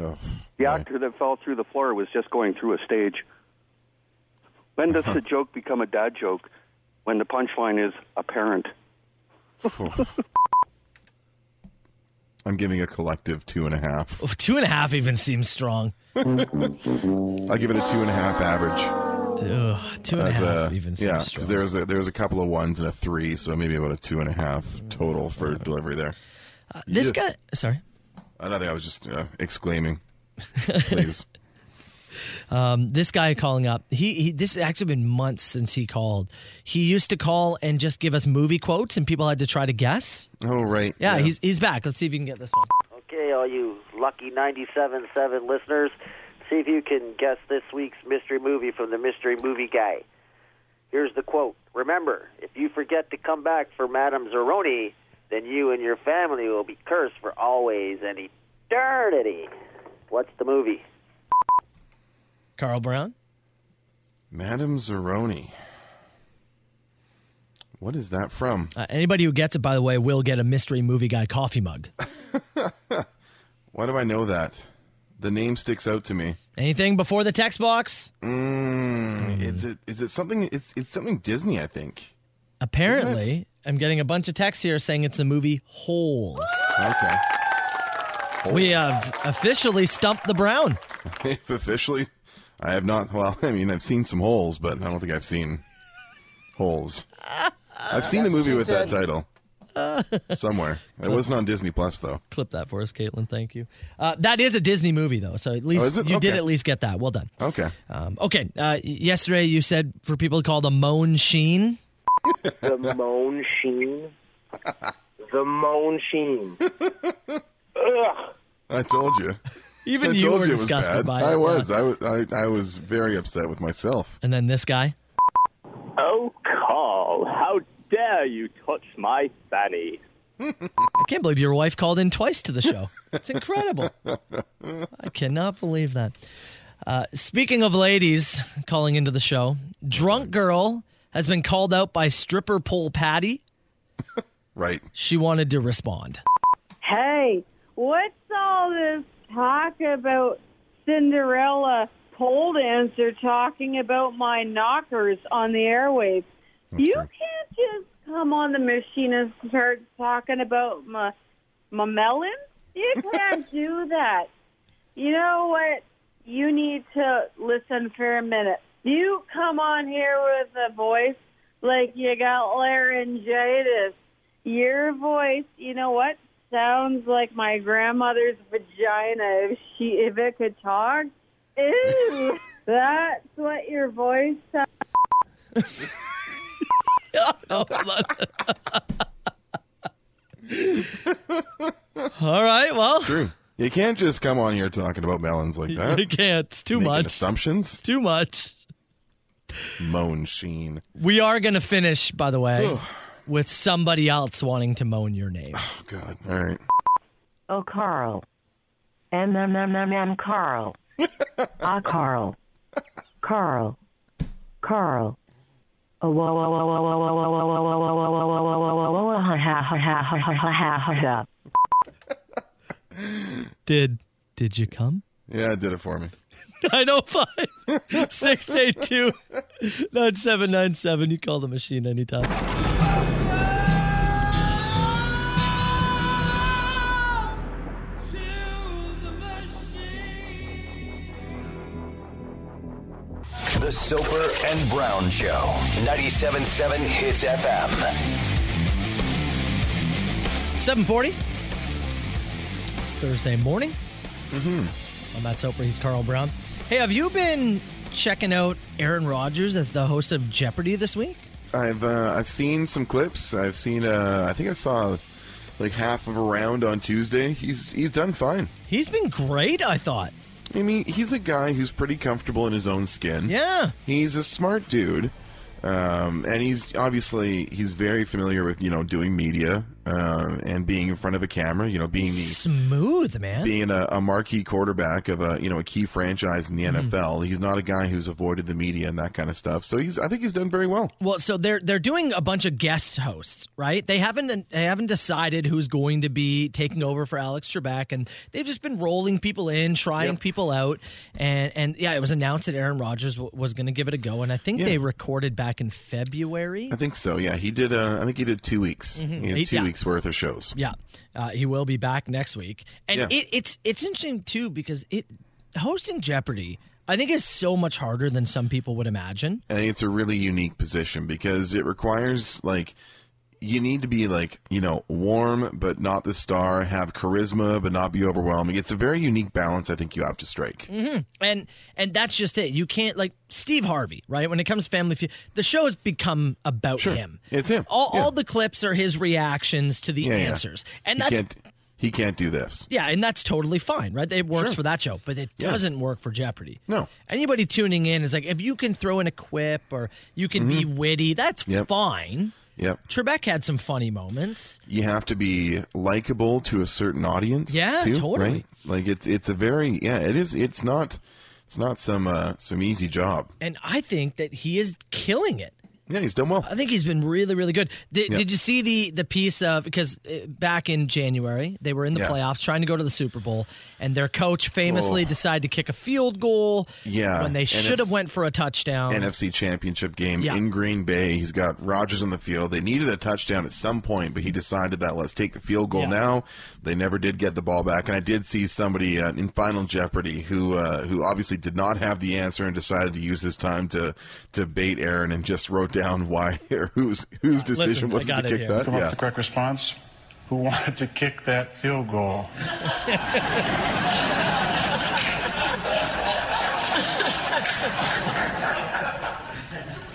Speaker 7: Oh,
Speaker 13: The actor that fell through the floor was just going through a stage. When does the joke become a dad joke? When the punchline is apparent.
Speaker 7: I'm giving a collective two and a half.
Speaker 6: Oh, Two and a half even seems strong.
Speaker 7: I'll give it a two and a half average.
Speaker 6: Ugh, two and a
Speaker 7: As
Speaker 6: half
Speaker 7: a-
Speaker 6: even seems
Speaker 7: uh, yeah,
Speaker 6: strong.
Speaker 7: because there's a, there's a couple of ones and a three, so maybe about a two and a half total for delivery there.
Speaker 6: This
Speaker 7: Yeah.
Speaker 6: guy, sorry.
Speaker 7: Another, I was just uh, exclaiming. Please.
Speaker 6: Um, this guy calling up. He, he this has actually been months since he called. He used to call and just give us movie quotes, and people had to try to guess.
Speaker 7: Oh right.
Speaker 6: Yeah, he's he's back. Let's see if you can get this one.
Speaker 14: Okay, all you lucky 97.7 listeners, see if you can guess this week's mystery movie from the mystery movie guy. Here's the quote Remember, if you forget to come back for Madame Zeroni, then you and your family will be cursed for always and eternity. What's the movie?
Speaker 6: Carl Brown.
Speaker 7: Madame Zeroni. What is that from?
Speaker 6: Uh, anybody who gets it, by the way, will get a mystery movie guy coffee mug.
Speaker 7: Why do I know that? The name sticks out to me.
Speaker 6: Anything before the text box? Hmm.
Speaker 7: Mm, Is it is it something? It's it's something Disney, I think.
Speaker 6: Apparently, I'm getting a bunch of texts here saying it's the movie Holes.
Speaker 7: Okay.
Speaker 6: We have officially stumped the Brown.
Speaker 7: If officially, I have not. Well, I mean, I've seen some holes, but I don't think I've seen holes. I've seen a movie with that title somewhere. It wasn't on Disney Plus though.
Speaker 6: Clip that for us, Caitlin. Thank you. Uh, that is a Disney movie, though, so at least
Speaker 7: Oh, is it?
Speaker 6: you did
Speaker 7: Okay.
Speaker 6: at least get that. Well done.
Speaker 7: Okay.
Speaker 6: Um, okay. Uh, yesterday, you said for people to call the Moan Sheen.
Speaker 4: The moan sheen. The moan sheen. Ugh.
Speaker 7: I told you.
Speaker 6: Even
Speaker 7: I
Speaker 6: you
Speaker 7: told
Speaker 6: were
Speaker 7: it was
Speaker 6: disgusted
Speaker 7: bad.
Speaker 6: by it,
Speaker 7: I
Speaker 6: yeah.
Speaker 7: was. I was. I, I was very upset with myself.
Speaker 6: And then this guy.
Speaker 15: Oh, Carl, how dare you touch my fanny?
Speaker 6: I can't believe your wife called in twice to the show. It's incredible. I cannot believe that. Uh, speaking of ladies calling into the show, drunk girl has been called out by stripper pole Patty.
Speaker 7: right.
Speaker 6: She wanted to respond.
Speaker 16: Hey, what's all this talk about Cinderella pole dancer talking about my knockers on the airwaves? you can't just come on the machine and start talking about my my melon. You can't do that. You know what? You need to listen for a minute. You come on here with a voice like you got laryngitis. Your voice, you know what? Sounds like my grandmother's vagina if she if it could talk. Ew. That's what your voice sounds
Speaker 6: All right. Well,
Speaker 7: true. You can't just come on here talking about melons like that.
Speaker 6: You can't. It's too
Speaker 7: Making
Speaker 6: much.
Speaker 7: Assumptions.
Speaker 6: too much.
Speaker 7: Moan sheen.
Speaker 6: We are going to finish, by the way, with somebody else wanting to moan your name. Oh,
Speaker 7: God. All right.
Speaker 17: Oh, Carl. And nom nom nom nom Carl. ah, Carl. Carl. Carl.
Speaker 6: Did did you come?
Speaker 7: Yeah, it did it for me.
Speaker 6: 905 682 9797. You call the machine anytime.
Speaker 5: The Soper and Brown Show. 97.7 Hits FM.
Speaker 6: 740. It's Thursday morning. Mm-hmm. I'm Matt Soper. He's Carl Brown. Hey, have you been checking out Aaron Rodgers as the host of Jeopardy this week?
Speaker 7: I've uh, I've seen some clips. I've seen. Uh, I think I saw like half of a round on Tuesday. He's he's done fine.
Speaker 6: He's been great. I thought.
Speaker 7: I mean, he's a guy who's pretty comfortable in his own skin.
Speaker 6: Yeah.
Speaker 7: He's a smart dude, um, and he's obviously he's very familiar with you know doing media uh, and being in front of a camera. You know, being the
Speaker 6: Smooth, man.
Speaker 7: being a, a marquee quarterback of a you know a key franchise in the
Speaker 6: Mhm.
Speaker 7: NFL. He's not a guy who's avoided the media and that kind of stuff. So he's I think he's done very well.
Speaker 6: Well, so they're they're doing a bunch of guest hosts, right? They haven't they haven't decided who's going to be taking over for Alex Trebek, and they've just been rolling people in, trying people out, and and yeah, it was announced that Aaron Rodgers w- was going to give it a go, and I think they recorded back in February.
Speaker 7: I think so. Yeah, he did. Uh, I think he did two weeks.
Speaker 6: Mhm.
Speaker 7: He had
Speaker 6: He-
Speaker 7: two
Speaker 6: yeah.
Speaker 7: weeks worth of shows.
Speaker 6: Yeah, uh, he will be back next week, and
Speaker 7: Yeah.
Speaker 6: it, it's it's interesting too because it hosting Jeopardy, I think, is so much harder than some people would imagine.
Speaker 7: And it's a really unique position because it requires like you need to be like you know warm but not the star, have charisma but not be overwhelming. It's a very unique balance. I think you have to strike.
Speaker 6: hmm And and that's just it. You can't like Steve Harvey, right? When it comes to Family Feud, the show has become about him.
Speaker 7: It's him.
Speaker 6: All, all the clips are his reactions to the
Speaker 7: Yeah, yeah.
Speaker 6: answers, and
Speaker 7: he
Speaker 6: that's
Speaker 7: can't, he can't do this.
Speaker 6: yeah, and that's totally fine, right? It works
Speaker 7: Sure.
Speaker 6: for that show, but it
Speaker 7: Yeah.
Speaker 6: doesn't work for Jeopardy.
Speaker 7: No.
Speaker 6: Anybody tuning in is like, if you can throw in a quip or you can be witty, that's
Speaker 7: Mm-hmm. Yep.
Speaker 6: fine.
Speaker 7: Yep.
Speaker 6: Trebek had some funny moments.
Speaker 7: you have to be likable to a certain audience.
Speaker 6: Yeah,
Speaker 7: too,
Speaker 6: totally.
Speaker 7: Right? Like it's it's a very yeah. It is. It's not. It's not some uh, some easy job.
Speaker 6: and I think that he is killing it.
Speaker 7: Yeah, he's done well.
Speaker 6: I think he's been really, really good. Did,
Speaker 7: Yeah.
Speaker 6: did you see the the piece of because uh, back in January they were in the
Speaker 7: Yeah.
Speaker 6: playoffs trying to go to the Super Bowl, and their coach famously
Speaker 7: Oh.
Speaker 6: decided to kick a field goal.
Speaker 7: Yeah,
Speaker 6: when they
Speaker 7: and
Speaker 6: should have
Speaker 7: it's-
Speaker 6: went for a touchdown.
Speaker 7: NFC Championship game
Speaker 6: Yeah.
Speaker 7: in Green Bay. He's got Rodgers on the field. They needed a touchdown at some point, but he decided that let's take the field goal
Speaker 6: Yeah.
Speaker 7: now. They never did get the ball back, and I did see somebody uh, in Final Jeopardy who uh, who obviously did not have the answer and decided to use his time to to bait Aaron and just wrote down why or whose whose decision was to kick that.
Speaker 18: Come up
Speaker 7: Uh, Yeah.
Speaker 18: with the correct response. Who wanted to kick that field goal?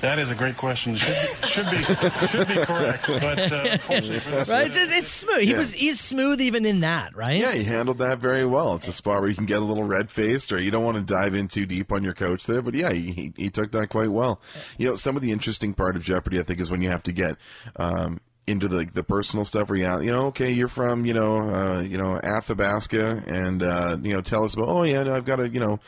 Speaker 18: That is a great question. Should be, should be, should be correct, but uh, unfortunately for this,
Speaker 6: right? It's, it's- it's smooth. He
Speaker 7: Yeah.
Speaker 6: was he's smooth even in that, right?
Speaker 7: Yeah, he handled that very well. It's a spot where you can get a little red faced, or you don't want to dive in too deep on your coach there. But yeah, he, he, he took that quite well. You know, some of the interesting part of Jeopardy, I think, is when you have to get um, into the the personal stuff. Where you, you know, okay, you're from you know uh, you know Athabasca, and uh, you know tell us about. Oh yeah, no, I've got a you know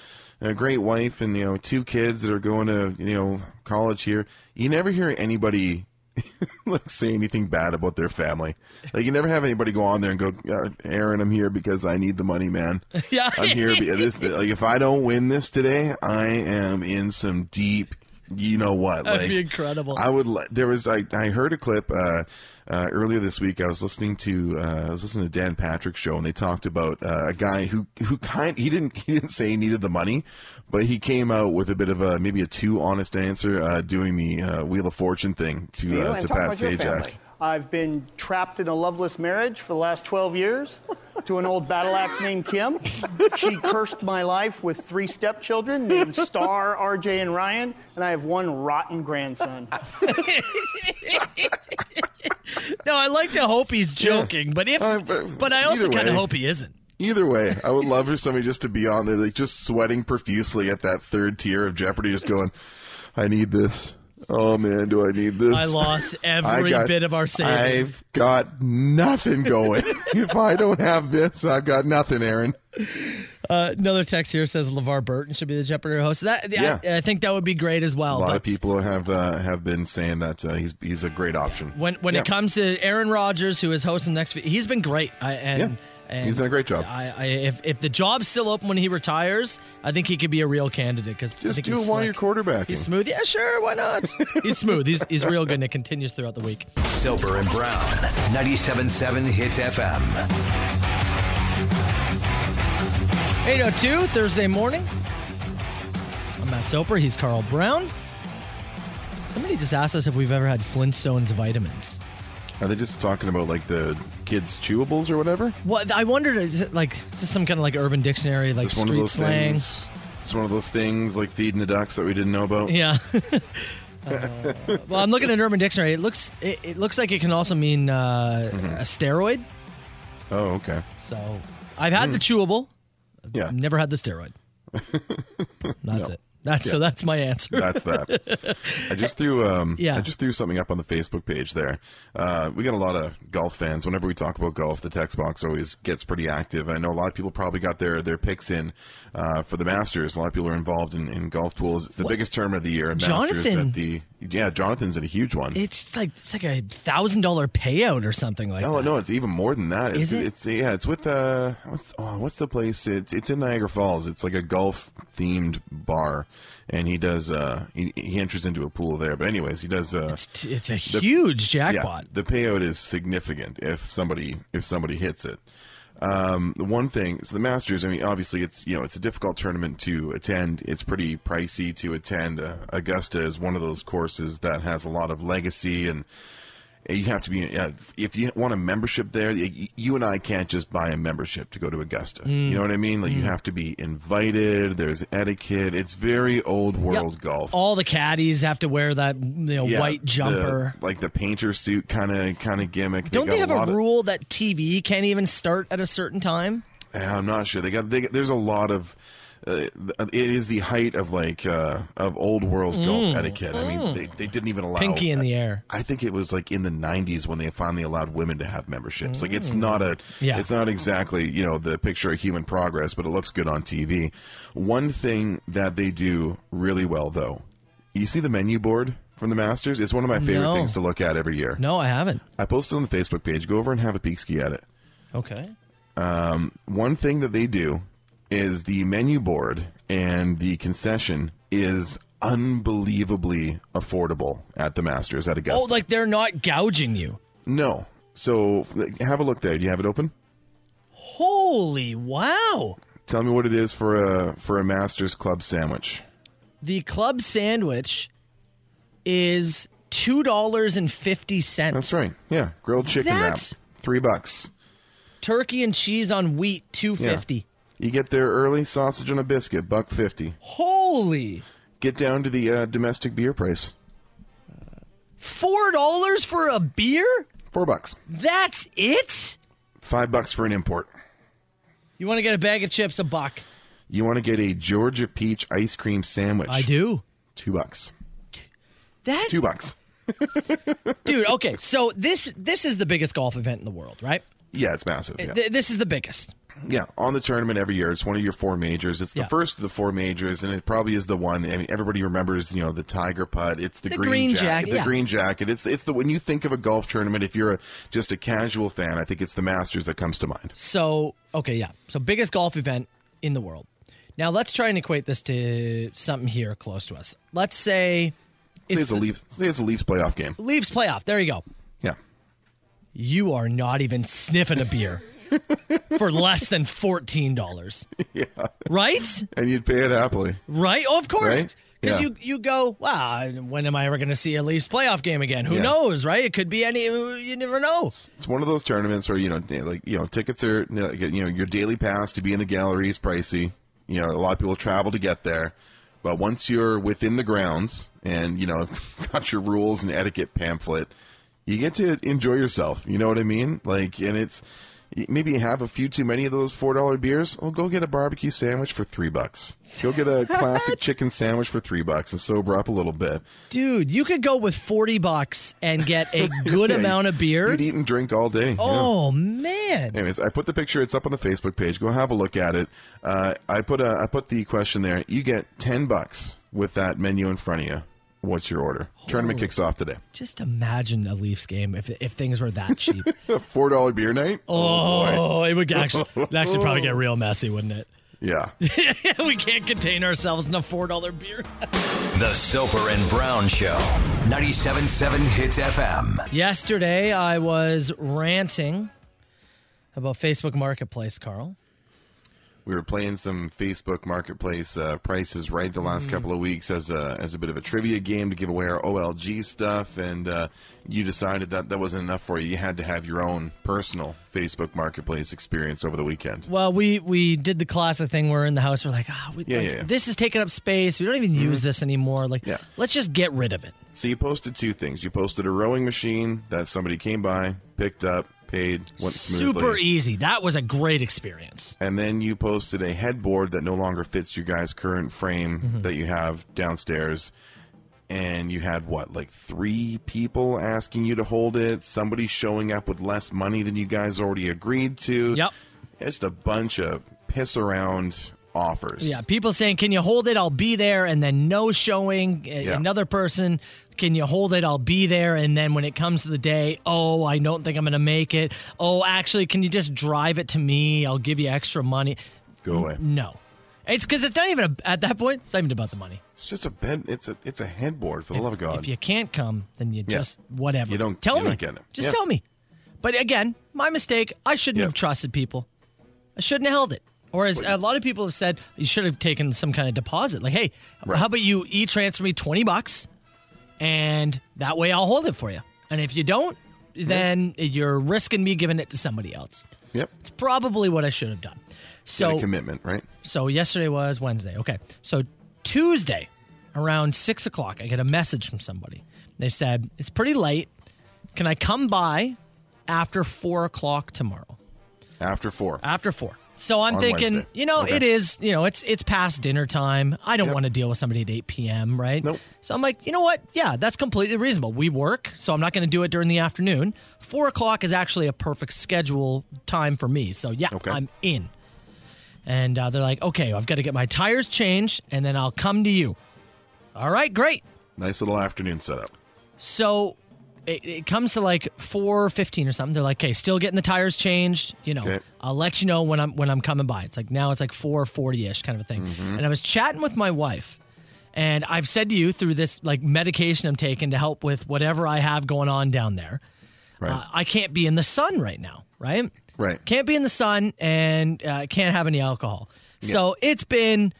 Speaker 7: a great wife and you know two kids that are going to you know college here. You never hear anybody like say anything bad about their family. Like you never have anybody go on there and go, uh, "Aaron, I'm here because I need the money, man.
Speaker 6: Yeah.
Speaker 7: I'm here because this. Like if I don't win this today, I am in some deep, you know what?
Speaker 6: That'd
Speaker 7: like
Speaker 6: be incredible.
Speaker 7: I would. li- There was. I, I heard a clip uh, uh, earlier this week. I was listening to. Uh, I was listening to Dan Patrick's show, and they talked about uh, a guy who who kind. He didn't. He didn't say he needed the money, but he came out with a bit of a maybe a too honest answer, uh, doing the uh, Wheel of Fortune thing to
Speaker 19: you
Speaker 7: uh,
Speaker 19: and
Speaker 7: to
Speaker 19: talk
Speaker 7: Pat
Speaker 19: about your
Speaker 7: Sajak.
Speaker 19: family. I've been trapped in a loveless marriage for the last 12 years to an old battle axe named Kim. She cursed my life with three stepchildren named Star, RJ, and Ryan, and I have one rotten grandson.
Speaker 6: No, I like to hope he's joking, but if but, I also
Speaker 7: Uh, either
Speaker 6: kind of
Speaker 7: way.
Speaker 6: hope he isn't.
Speaker 7: Either way, I would love for somebody just to be on there, like just sweating profusely at that third tier of Jeopardy, just going, "I need this. Oh man, do I need this?
Speaker 6: I lost every bit of our savings."
Speaker 7: I've got nothing going. if I don't have this, I've got nothing, Aaron.
Speaker 6: Uh, another text here says LeVar Burton should be the Jeopardy host. That yeah. I, I think that would be great as well.
Speaker 7: A lot
Speaker 6: but
Speaker 7: of people have uh, have been saying that uh, he's he's a great option.
Speaker 6: when when
Speaker 7: Yeah.
Speaker 6: it comes to Aaron Rodgers, who is hosting next week, he's been great. I, and, and
Speaker 7: He's done a great job.
Speaker 6: I, I, if if the job's still open when he retires, I think he could be a real candidate because
Speaker 7: Just do it while you're quarterbacking.
Speaker 6: He's smooth. Yeah, sure. Why not? he's smooth. He's he's real good, and it continues throughout the week.
Speaker 5: Sober and Brown, 97.7 Hits FM.
Speaker 6: 802 Thursday morning. I'm Matt Soper. He's Carl Brown. Somebody just asked us if we've ever had Flintstones vitamins.
Speaker 7: Are they just talking about like the kids' chewables or whatever?
Speaker 6: What I wondered is it like is this some kind of like Urban Dictionary like
Speaker 7: It's
Speaker 6: street
Speaker 7: one of those
Speaker 6: slang?
Speaker 7: things. It's one of those things like feeding the ducks that we didn't know about.
Speaker 6: Yeah. Uh, well, I'm looking at Urban Dictionary. It looks it, it looks like it can also mean uh,
Speaker 7: Mm-hmm.
Speaker 6: a steroid.
Speaker 7: Oh, okay.
Speaker 6: So I've had the
Speaker 7: Mm.
Speaker 6: chewable.
Speaker 7: Yeah.
Speaker 6: Never had the steroid. That's
Speaker 7: No.
Speaker 6: it. That's so.
Speaker 7: Yeah.
Speaker 6: That's my answer.
Speaker 7: That's that. I just threw um
Speaker 6: Yeah.
Speaker 7: I just threw something up on the Facebook page there. Uh, we got a lot of golf fans. Whenever we talk about golf, the text box always gets pretty active. And I know a lot of people probably got their their picks in uh, for the Masters. A lot of people are involved in, in golf pools. It's the biggest tournament of the year. and Masters
Speaker 6: Jonathan.
Speaker 7: at the yeah, Jonathan's at a huge one.
Speaker 6: It's like it's like a thousand dollar payout or something like. that.
Speaker 7: No, no, it's even more than that. It's,
Speaker 6: Is it?
Speaker 7: it's yeah, it's with uh, what's oh, what's the place? It's it's in Niagara Falls. It's like a golf themed bar, and he does uh, he, he enters into a pool there. But anyways, he does uh,
Speaker 6: it's, a huge jackpot.
Speaker 7: the payout is significant if somebody if somebody hits it. Um, the one thing, so the Masters. I mean, obviously, it's you know it's a difficult tournament to attend. It's pretty pricey to attend. Uh, Augusta is one of those courses that has a lot of legacy and you have to be uh, if you want a membership there y- you and i can't just buy a membership to go to augusta
Speaker 6: Mm.
Speaker 7: you know what i mean like you have to be invited there's etiquette it's very old world golf
Speaker 6: All the caddies have to wear that you know,
Speaker 7: Yeah,
Speaker 6: white
Speaker 7: the-
Speaker 6: jumper.
Speaker 7: like the painter suit kind of kind of gimmick
Speaker 6: Don't they
Speaker 7: got
Speaker 6: have
Speaker 7: lot
Speaker 6: a
Speaker 7: of-
Speaker 6: rule that TV can't even start at a certain time?
Speaker 7: i'm not sure they got they, got- there's a lot of uh, it is the height of like uh, of old world
Speaker 6: Mm.
Speaker 7: golf etiquette. I mean,
Speaker 6: Mm.
Speaker 7: they, they didn't even allow
Speaker 6: Pinky in the air.
Speaker 7: Oh, I think it was like in the 90s when they finally allowed women to have memberships. Like it's not a
Speaker 6: Mm. Yeah.
Speaker 7: it's not exactly, you know, the picture of human progress, but it looks good on TV. One thing that they do really well though. You see the menu board from the Masters? It's one of my favorite
Speaker 6: No.
Speaker 7: things to look at every year.
Speaker 6: No, I haven't.
Speaker 7: I posted on the Facebook page. Go over and have a peek ski at it.
Speaker 6: Okay.
Speaker 7: Um, one thing that they do is the menu board and the concession is unbelievably affordable at the Masters at Augusta.
Speaker 6: Oh, like they're not gouging you.
Speaker 7: No. So like, have a look there. Do you have it open?
Speaker 6: Holy wow.
Speaker 7: Tell me what it is for a for a Masters Club sandwich.
Speaker 6: The club sandwich is two dollars and fifty cents. That's right.
Speaker 7: Yeah, grilled chicken
Speaker 6: That's-
Speaker 7: wrap, three bucks.
Speaker 6: Turkey and cheese on wheat, two
Speaker 7: Yeah.
Speaker 6: fifty.
Speaker 7: You get there early, sausage and a biscuit, buck fifty.
Speaker 6: Holy!
Speaker 7: Get down to the uh, domestic beer price.
Speaker 6: Four dollars for a beer?
Speaker 7: Four bucks.
Speaker 6: That's it?
Speaker 7: Five bucks for an import.
Speaker 6: You want to get a bag of chips, a buck.
Speaker 7: You want to get a Georgia peach ice cream sandwich? I
Speaker 6: do.
Speaker 7: Two bucks.
Speaker 6: That
Speaker 7: Two bucks.
Speaker 6: dude okay so this this is the biggest golf event in the world right
Speaker 7: Yeah, it's massive. Yeah.
Speaker 6: Th- this is the biggest
Speaker 7: Yeah, on the tournament every year. It's one of your four majors. It's the
Speaker 6: Yeah.
Speaker 7: first of the four majors, and it probably is the one. I mean, everybody remembers, you know, the Tiger putt. It's the,
Speaker 6: The
Speaker 7: green,
Speaker 6: green
Speaker 7: jacket.
Speaker 6: jacket,
Speaker 7: The
Speaker 6: yeah.
Speaker 7: green jacket. It's it's the when you think of a golf tournament, if you're a, just a casual fan, I think it's the Masters that comes to mind.
Speaker 6: so okay yeah so biggest golf event in the world now let's try and equate this to something here close to us let's say
Speaker 7: Say it's a Leafs. Say it's a Leafs playoff game.
Speaker 6: leaves playoff there you go
Speaker 7: Yeah.
Speaker 6: you are not even sniffing a beer for less than $14
Speaker 7: Yeah.
Speaker 6: right
Speaker 7: And you'd pay it happily.
Speaker 6: Right? Oh, of course.
Speaker 7: Right?
Speaker 6: Because
Speaker 7: Yeah.
Speaker 6: you, you go, wow, when am I ever going to see a Leafs playoff game again? Who
Speaker 7: Yeah.
Speaker 6: knows, right? It could be any, you never know.
Speaker 7: It's one of those tournaments where you know, da- like you know, tickets are you know, you know, your daily pass to be in the gallery is pricey. You know, a lot of people travel to get there, but once you're within the grounds and you know have got your rules and etiquette pamphlet, you get to enjoy yourself. You know what I mean? Like, and it's y- maybe you have a few too many of those four dollar beers. Well, go get a barbecue sandwich for three bucks. Go get a classic chicken sandwich for three bucks and sober up a little bit.
Speaker 6: Dude, you could go with 40 bucks and get a good
Speaker 7: Yeah,
Speaker 6: amount of beer.
Speaker 7: You'd eat and drink all day. yeah.
Speaker 6: Oh, man.
Speaker 7: Anyways, I put the picture. It's up on the Facebook page. Go have a look at it. Uh, I put a I put the question there. You get ten bucks with that menu in front of you. What's your order? Tournament kicks off today.
Speaker 6: Just imagine a Leafs game if, if things were that cheap.
Speaker 7: Four dollar beer night.
Speaker 6: oh,
Speaker 7: boy.
Speaker 6: it would actually, it'd actually probably
Speaker 7: Oh.
Speaker 6: get real messy, wouldn't it?
Speaker 7: Yeah.
Speaker 6: we can't contain ourselves in a $4 beer.
Speaker 5: The Soper and Brown Show. 97.7 Hits FM.
Speaker 6: Yesterday, I was ranting about Facebook Marketplace, Carl.
Speaker 7: We were playing some Facebook Marketplace uh, prices right the last
Speaker 6: Mm.
Speaker 7: couple of weeks as a as a bit of a trivia game to give away our OLG stuff, and uh, you decided that that wasn't enough for you. You had to have your own personal Facebook Marketplace experience over the weekend.
Speaker 6: Well, we we did the classic thing. We're in the house. We're like, oh, we,
Speaker 7: Yeah,
Speaker 6: like,
Speaker 7: yeah, Mm-hmm. yeah.
Speaker 6: this is taking up space. We don't even use this anymore. Like, let's just get rid of it.
Speaker 7: So you posted two things. You posted a rowing machine that somebody came by, picked up, paid, went smoothly.
Speaker 6: Super e- easy. That was a great experience.
Speaker 7: And then you posted a headboard that no longer fits your guys' current frame
Speaker 6: Mhm.
Speaker 7: that you have downstairs. And you had what, like three people asking you to hold it? Somebody showing up with less money than you guys already agreed to. Yep. Just a bunch of piss around offers.
Speaker 6: Yeah, people saying, "Can you hold it? I'll be there," and then no showing. A-
Speaker 7: Yeah.
Speaker 6: Another person, "Can you hold it? I'll be there," and then when it comes to the day, "Oh, I don't think I'm going to make it." "Oh, actually, can you just drive it to me? I'll give you extra money."
Speaker 7: Go away.
Speaker 6: N- No, it's because it's not even a, at that point. It's not even about the money.
Speaker 7: It's just a bed. It's a it's a headboard for the love of God.
Speaker 6: If you can't come, then you
Speaker 7: Yeah.
Speaker 6: just whatever.
Speaker 7: You don't-
Speaker 6: tell
Speaker 7: you're
Speaker 6: me.
Speaker 7: not getting it.
Speaker 6: Just
Speaker 7: Yeah.
Speaker 6: tell me. But again, my mistake. I shouldn't have trusted people. I shouldn't have held it. Or as a lot of people have said, you should have taken some kind of deposit. Like, hey, how about you e transfer me twenty bucks, and that way I'll hold it for you. And if you don't, then you're risking me giving it to somebody else.
Speaker 7: Yep.
Speaker 6: It's probably what I should have done. So
Speaker 7: Get a commitment, right?
Speaker 6: so yesterday was Wednesday. Okay. So Tuesday, around six o'clock, I get a message from somebody. They said, It's pretty late. Can I come by after four o'clock tomorrow?
Speaker 7: After four.
Speaker 6: After four. So I'm
Speaker 7: On
Speaker 6: thinking,
Speaker 7: Wednesday.
Speaker 6: you know,
Speaker 7: Okay.
Speaker 6: it is, you know, it's it's past dinner time. I don't want to deal with somebody at 8 p.m., right? Nope. So I'm like, you know what? Yeah, that's completely reasonable. We work, so I'm not going to do it during the afternoon. Four o'clock is actually a perfect schedule time for me. So yeah, I'm in. And uh, they're like, okay, I've got to get my tires changed, and then I'll come to you. All right, great.
Speaker 7: Nice little afternoon setup.
Speaker 6: So it, it comes to like four fifteen or something. They're like, "Okay, still getting the tires changed. You know, I'll let you know when I'm when I'm coming by." It's like now it's like four forty ish kind of a thing.
Speaker 7: Mm-hmm.
Speaker 6: And I was chatting with my wife, and I've said to you through this like medication I'm taking to help with whatever I have going on down there.
Speaker 7: Right.
Speaker 6: uh, I can't be in the sun right now. Right.
Speaker 7: Right.
Speaker 6: Can't be in the sun and uh, can't have any alcohol. So it's been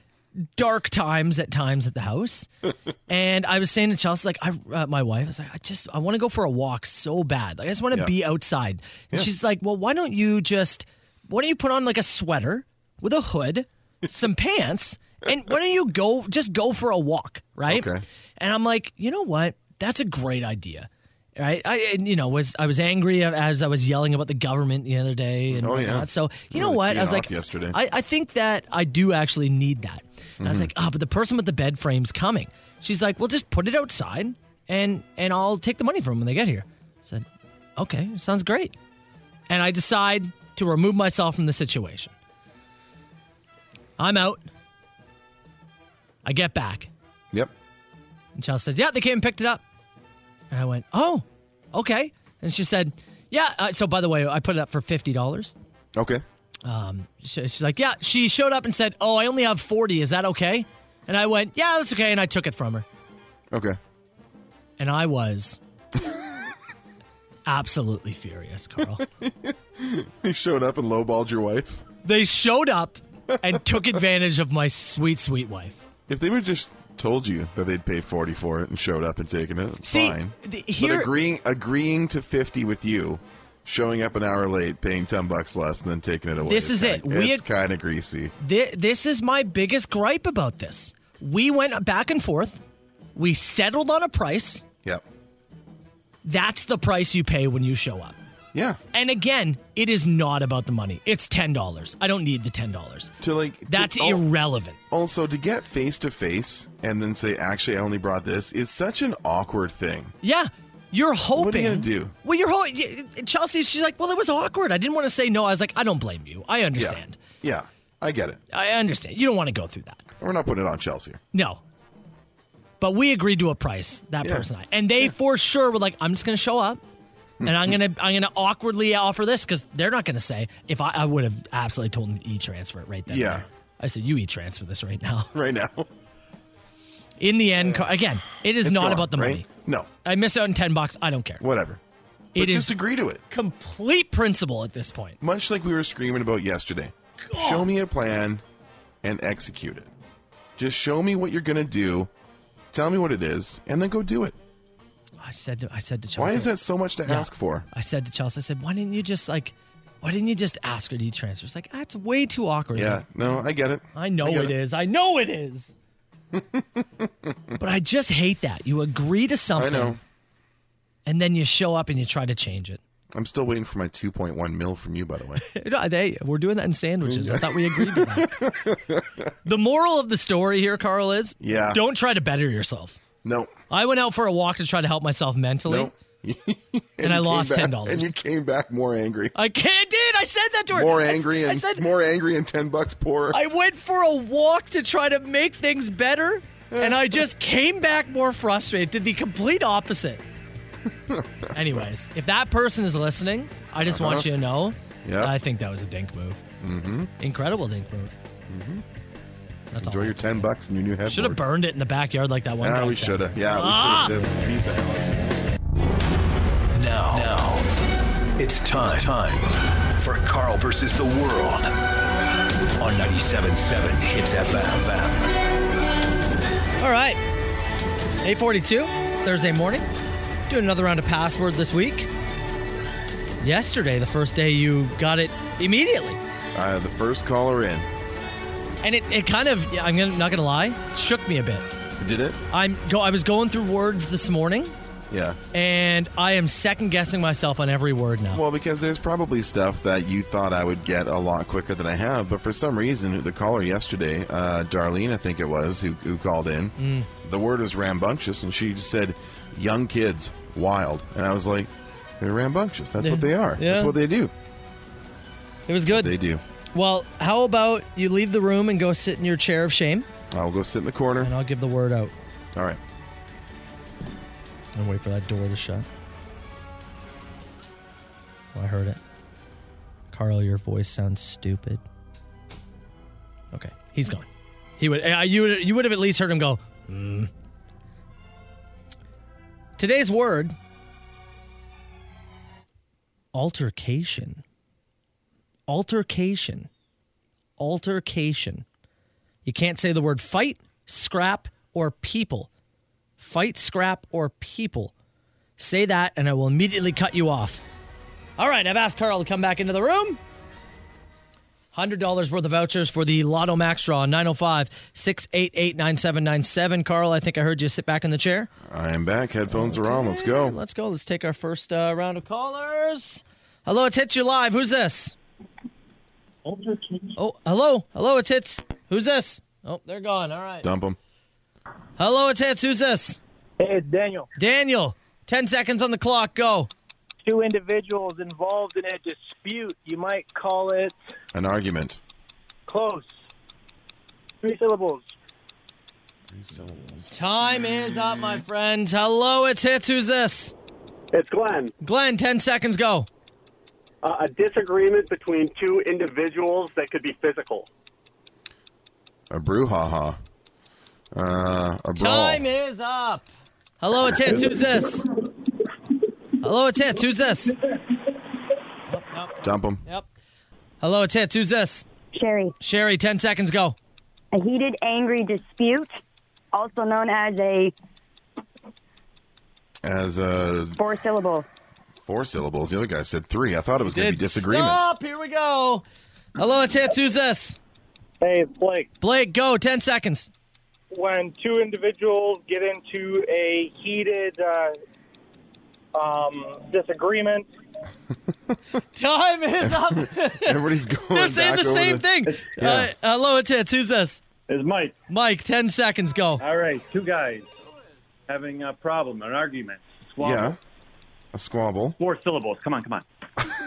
Speaker 6: dark times at times at the house. and I was saying to Chelsea, like, I, uh, my wife, I was like, I just, I want to go for a walk so bad. Like, I just want to
Speaker 20: Yeah.
Speaker 6: be outside. And
Speaker 20: Yeah.
Speaker 6: she's like, well, why don't you just, why don't you put on like a sweater with a hood, some pants, and why don't you go, just go for a walk, right?
Speaker 20: Okay.
Speaker 6: And I'm like, you know what? That's a great idea. Right, I and, you know was I was angry as I was yelling about the government the other day and
Speaker 7: Oh, yeah.
Speaker 6: whatnot. So you know
Speaker 7: Really
Speaker 6: what?
Speaker 7: teeing
Speaker 6: I was like,
Speaker 7: off yesterday.
Speaker 6: I, I think that I do actually need that. And I was
Speaker 7: Mhm.
Speaker 6: like, oh, but the person with the bed frame's coming. She's like, well, just put it outside and and I'll take the money from 'em when they get here. I said, okay, sounds great. And I decide to remove myself from the situation. I'm out. I get back.
Speaker 7: Yep.
Speaker 6: And Chelsea said, yeah, they came and picked it up. And I went, oh, okay. And she said, yeah. Uh, so by the way, I put it up for $50.
Speaker 7: Okay.
Speaker 6: Um, sh- she's like, yeah. She showed up and said, oh, I only have forty. Is that okay? And I went, yeah, that's okay. And I took it from her,
Speaker 7: Okay.
Speaker 6: and I was absolutely furious, Carl.
Speaker 7: He showed up and lowballed your wife.
Speaker 6: they showed up and took advantage of my sweet, sweet wife.
Speaker 7: If they would just told you that they'd pay forty for it and showed up and taken it, it's
Speaker 6: See,
Speaker 7: fine.
Speaker 6: th- here-
Speaker 7: but agreeing agreeing to fifty with you, showing up an hour late, paying ten bucks less, and then taking it away.
Speaker 6: This is
Speaker 7: kinda,
Speaker 6: it. We
Speaker 7: it's kind of greasy.
Speaker 6: Thi- this is my biggest gripe about this. We went back and forth. We settled on a price.
Speaker 7: Yep.
Speaker 6: That's the price you pay when you show up.
Speaker 7: Yeah.
Speaker 6: And again, it is not about the money. It's ten dollars. I don't need the ten dollars.
Speaker 7: To like to-
Speaker 6: That's
Speaker 7: oh.
Speaker 6: irrelevant.
Speaker 7: Also, to get face to face and then say, actually, I only brought this is such an awkward thing.
Speaker 6: Yeah. You're hoping.
Speaker 7: What are you going to do?
Speaker 6: Well, you're hoping. Chelsea, she's like, well, it was awkward. I didn't want to say no. I was like, I don't blame you. I understand.
Speaker 7: Yeah. I get it.
Speaker 6: I understand. You don't want to go through that.
Speaker 7: We're not putting it on Chelsea.
Speaker 6: No. But we agreed to a price, that
Speaker 7: Yeah. Mm-hmm.
Speaker 6: person and I. And they for sure were like, I'm just gonna show up and I'm gonna I'm gonna awkwardly offer this because they're not gonna say if I, I would have absolutely told them to e transfer it right then. and
Speaker 7: Yeah.
Speaker 6: there. I said, You e transfer this right now.
Speaker 7: Right now.
Speaker 6: In the end, Car- again, it is
Speaker 7: It's
Speaker 6: not
Speaker 7: gone,
Speaker 6: about the
Speaker 7: right?
Speaker 6: money.
Speaker 7: No.
Speaker 6: I miss out on ten bucks, I don't care.
Speaker 7: Whatever.
Speaker 6: It
Speaker 7: But
Speaker 6: is
Speaker 7: just agree to it.
Speaker 6: Complete principle at this point.
Speaker 7: Much like we were screaming about yesterday. Show me a plan and execute it. Just show me what you're going to do. Tell me what it is and then go do it.
Speaker 6: I said to I said to Chelsea.
Speaker 7: Why is that so much to
Speaker 6: Yeah.
Speaker 7: ask for?
Speaker 6: I said to Chelsea, I said, why didn't you just like why didn't you just ask her to e transfer? It's like, that's way too awkward.
Speaker 7: Yeah. No, I get it.
Speaker 6: I know
Speaker 7: get
Speaker 6: it is. I know it is. but I just hate that. You agree to something.
Speaker 7: know.
Speaker 6: And then you show up and you try to change it.
Speaker 7: I'm still waiting for my 2.1 mil from you, by the way.
Speaker 6: No, they, we're doing that in sandwiches. I thought we agreed to that. the moral of the story here, Carl, is
Speaker 7: Yeah.
Speaker 6: don't try to better yourself.
Speaker 7: No.
Speaker 6: I went out for a walk to try to help myself mentally.
Speaker 7: No.
Speaker 6: And, I
Speaker 7: you came
Speaker 6: lost
Speaker 7: back-
Speaker 6: ten dollars.
Speaker 7: And you came back more angry.
Speaker 6: I can't, dude. I said that to her.
Speaker 7: More
Speaker 6: I s-
Speaker 7: angry and
Speaker 6: I said,
Speaker 7: more angry and 10 bucks poorer.
Speaker 6: I went for a walk to try to make things better, and I just came back more frustrated. Did the complete opposite. Anyways, if that person is listening, I just want
Speaker 7: Uh-huh.
Speaker 6: you to know.
Speaker 7: Yeah.
Speaker 6: I think that was a dink move.
Speaker 7: mm-hmm.
Speaker 6: Incredible dink move. That's
Speaker 7: Enjoy your 10 bucks and your new headboard.
Speaker 6: Should have burned it in the backyard like that one.
Speaker 7: Ah,
Speaker 6: guy
Speaker 7: we
Speaker 6: said.
Speaker 7: should have. Yeah,
Speaker 6: Ah!
Speaker 7: we should have. Beat that.
Speaker 5: Now, now, it's time, time for Carl versus the world on 97.7 Hits FM.
Speaker 6: All right. 842, Thursday morning. Doing another round of password this week. Yesterday, the first day you got it immediately.
Speaker 7: Uh, the first caller in.
Speaker 6: And it, it kind of, yeah, I'm gonna, not going to lie, shook me a bit.
Speaker 7: Did it?
Speaker 6: I'm go, I was going through words this morning,
Speaker 7: Yeah.
Speaker 6: and I am second guessing myself on every word now.
Speaker 7: Well, because there's probably stuff that you thought I would get a lot quicker than I have, but for some reason, the caller yesterday, uh, Darlene, I think it was, who, who called in,
Speaker 6: Mm.
Speaker 7: the word was rambunctious, and she just said, young kids, wild. And I was like, they're rambunctious. That's what
Speaker 6: Yeah.
Speaker 7: they are.
Speaker 6: Yeah.
Speaker 7: That's what they do.
Speaker 6: It was good.
Speaker 7: They do.
Speaker 6: Well, how about you leave the room and go sit in your chair of shame,
Speaker 7: I'll go sit in the corner.
Speaker 6: and I'll give the word out
Speaker 7: All right.
Speaker 6: and wait for that door to shut. Oh, I heard it. Carl, your voice sounds stupid. Okay, he's gone. He would uh, you would you would have at least heard him go. Mm. Today's word altercation. Altercation. Altercation. You can't say the word fight, scrap, or people. Fight, scrap, or people. Say that, and I will immediately cut you off. All right, I've asked Carl to come back into the room. $100 worth of vouchers for the Lotto Max Draw, 905 688 9797. Carl, I think I heard you sit back in the chair.
Speaker 7: I am back. Headphones are on. Let's go.
Speaker 6: Let's go. Let's take our first uh, round of callers. Hello, it's Hits. You're live. Who's this? Oh, hello. Hello, it's Hits. Who's this? Oh, they're gone. All right.
Speaker 7: Dump them.
Speaker 6: Hello, it's Hits. Who's this?
Speaker 20: Hey, it's Daniel.
Speaker 6: Daniel, 10 seconds on the clock. Go.
Speaker 20: Two individuals involved in a dispute. You might call it
Speaker 7: An argument.
Speaker 20: close. Three syllables.
Speaker 6: Time is up, my friend. Hello, it's Hits. Who's this?
Speaker 21: It's Glenn.
Speaker 6: Glenn, 10 seconds. Go.
Speaker 21: Uh, a disagreement between two individuals that could be physical.
Speaker 7: A brouhaha. Uh, a brawl.
Speaker 6: Time is up. Hello, it's Hits. Who's this? Hello, it's Hits. Who's this?
Speaker 7: Dump them.
Speaker 6: Hello, it's Hits. Who's this?
Speaker 22: Sherry.
Speaker 6: Sherry, 10 seconds. Go.
Speaker 22: A heated, angry dispute, also known as a
Speaker 7: As a
Speaker 22: four syllable.
Speaker 7: four syllables. The other guy said three. I thought it was going to be disagreement.
Speaker 6: Stop. Here we go. Hello, it's Hits. Who's this? Hey, it's Blake. Blake, go. 10 seconds.
Speaker 20: When two individuals get into a heated uh, um, disagreement,
Speaker 6: Time is up.
Speaker 7: Everybody's going.
Speaker 6: They're saying the
Speaker 7: back over
Speaker 6: same
Speaker 7: the-
Speaker 6: thing.
Speaker 7: Yeah.
Speaker 6: Uh, hello, it's it. Who's this? It's Mike. Mike, 10 seconds, go.
Speaker 1: All right, two guys having a problem, an argument. Squabble.
Speaker 7: yeah. A squabble.
Speaker 1: Four syllables. Come on, come on.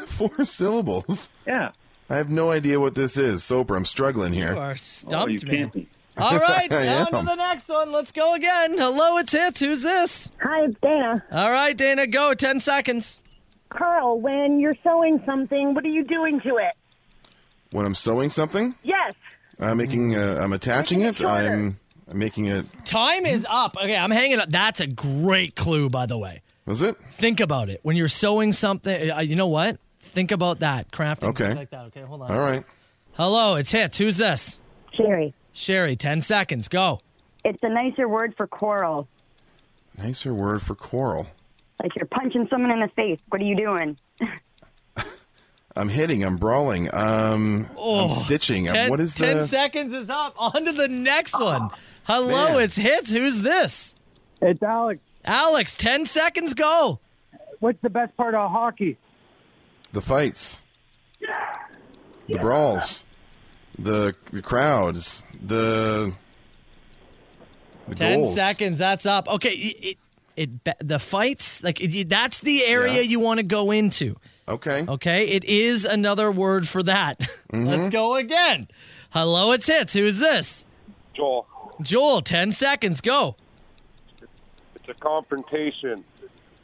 Speaker 7: Four syllables.
Speaker 1: Yeah.
Speaker 7: I have no idea what this is, Soper. I'm struggling here.
Speaker 6: Oh, You are
Speaker 1: Oh,
Speaker 6: stumped,
Speaker 7: you
Speaker 6: man.
Speaker 7: can't be.
Speaker 6: All right,
Speaker 7: I
Speaker 6: down to
Speaker 7: am.
Speaker 6: the next one. Let's go again. Hello, it's it. Who's this?
Speaker 22: Hi, it's Dana.
Speaker 6: All right, Dana, go. 10 seconds.
Speaker 22: Carl, when you're sewing something, what are you doing to it?
Speaker 7: When I'm sewing something,
Speaker 22: Yes.
Speaker 7: I'm making. Uh, I'm attaching it. I'm, I'm making it.
Speaker 6: Time is up. Okay, I'm hanging up. That's a great clue, by the way.
Speaker 7: Was it?
Speaker 6: Think about it. When you're sewing something, uh, you know what? Think about that. Crafting
Speaker 7: Okay.
Speaker 6: things like that. Okay, hold on.
Speaker 7: All right.
Speaker 6: Hello, it's Hits. Who's this?
Speaker 22: Sherry.
Speaker 6: Sherry, 10 seconds. Go.
Speaker 22: It's a nicer word for quarrel.
Speaker 7: Nicer word for quarrel.
Speaker 22: Like you're punching someone in the face. What are you doing?
Speaker 7: I'm hitting. I'm brawling. Um,
Speaker 6: Oh,
Speaker 7: I'm stitching. I'm-
Speaker 6: 10,
Speaker 7: Uh, what is
Speaker 6: 10
Speaker 7: the?
Speaker 6: seconds is up. On to the next one. Hello,
Speaker 7: man.
Speaker 6: it's Hits. Who's this?
Speaker 3: It's Alex.
Speaker 6: Alex, 10 seconds. Go.
Speaker 3: What's the best part of hockey?
Speaker 7: The fights. The brawls. The the crowds. The. The
Speaker 6: 10
Speaker 7: goals.
Speaker 6: seconds. That's up. Okay. It, it, it be- the fights like it, you- that's the area
Speaker 7: Yeah.
Speaker 6: you want to go into.
Speaker 7: Okay.
Speaker 6: Okay. It is another word for that.
Speaker 7: Mm-hmm.
Speaker 6: Let's go again. Hello, it's hits. Who is this?
Speaker 23: Joel,
Speaker 6: Joel. Ten seconds. Go.
Speaker 23: it's a confrontation.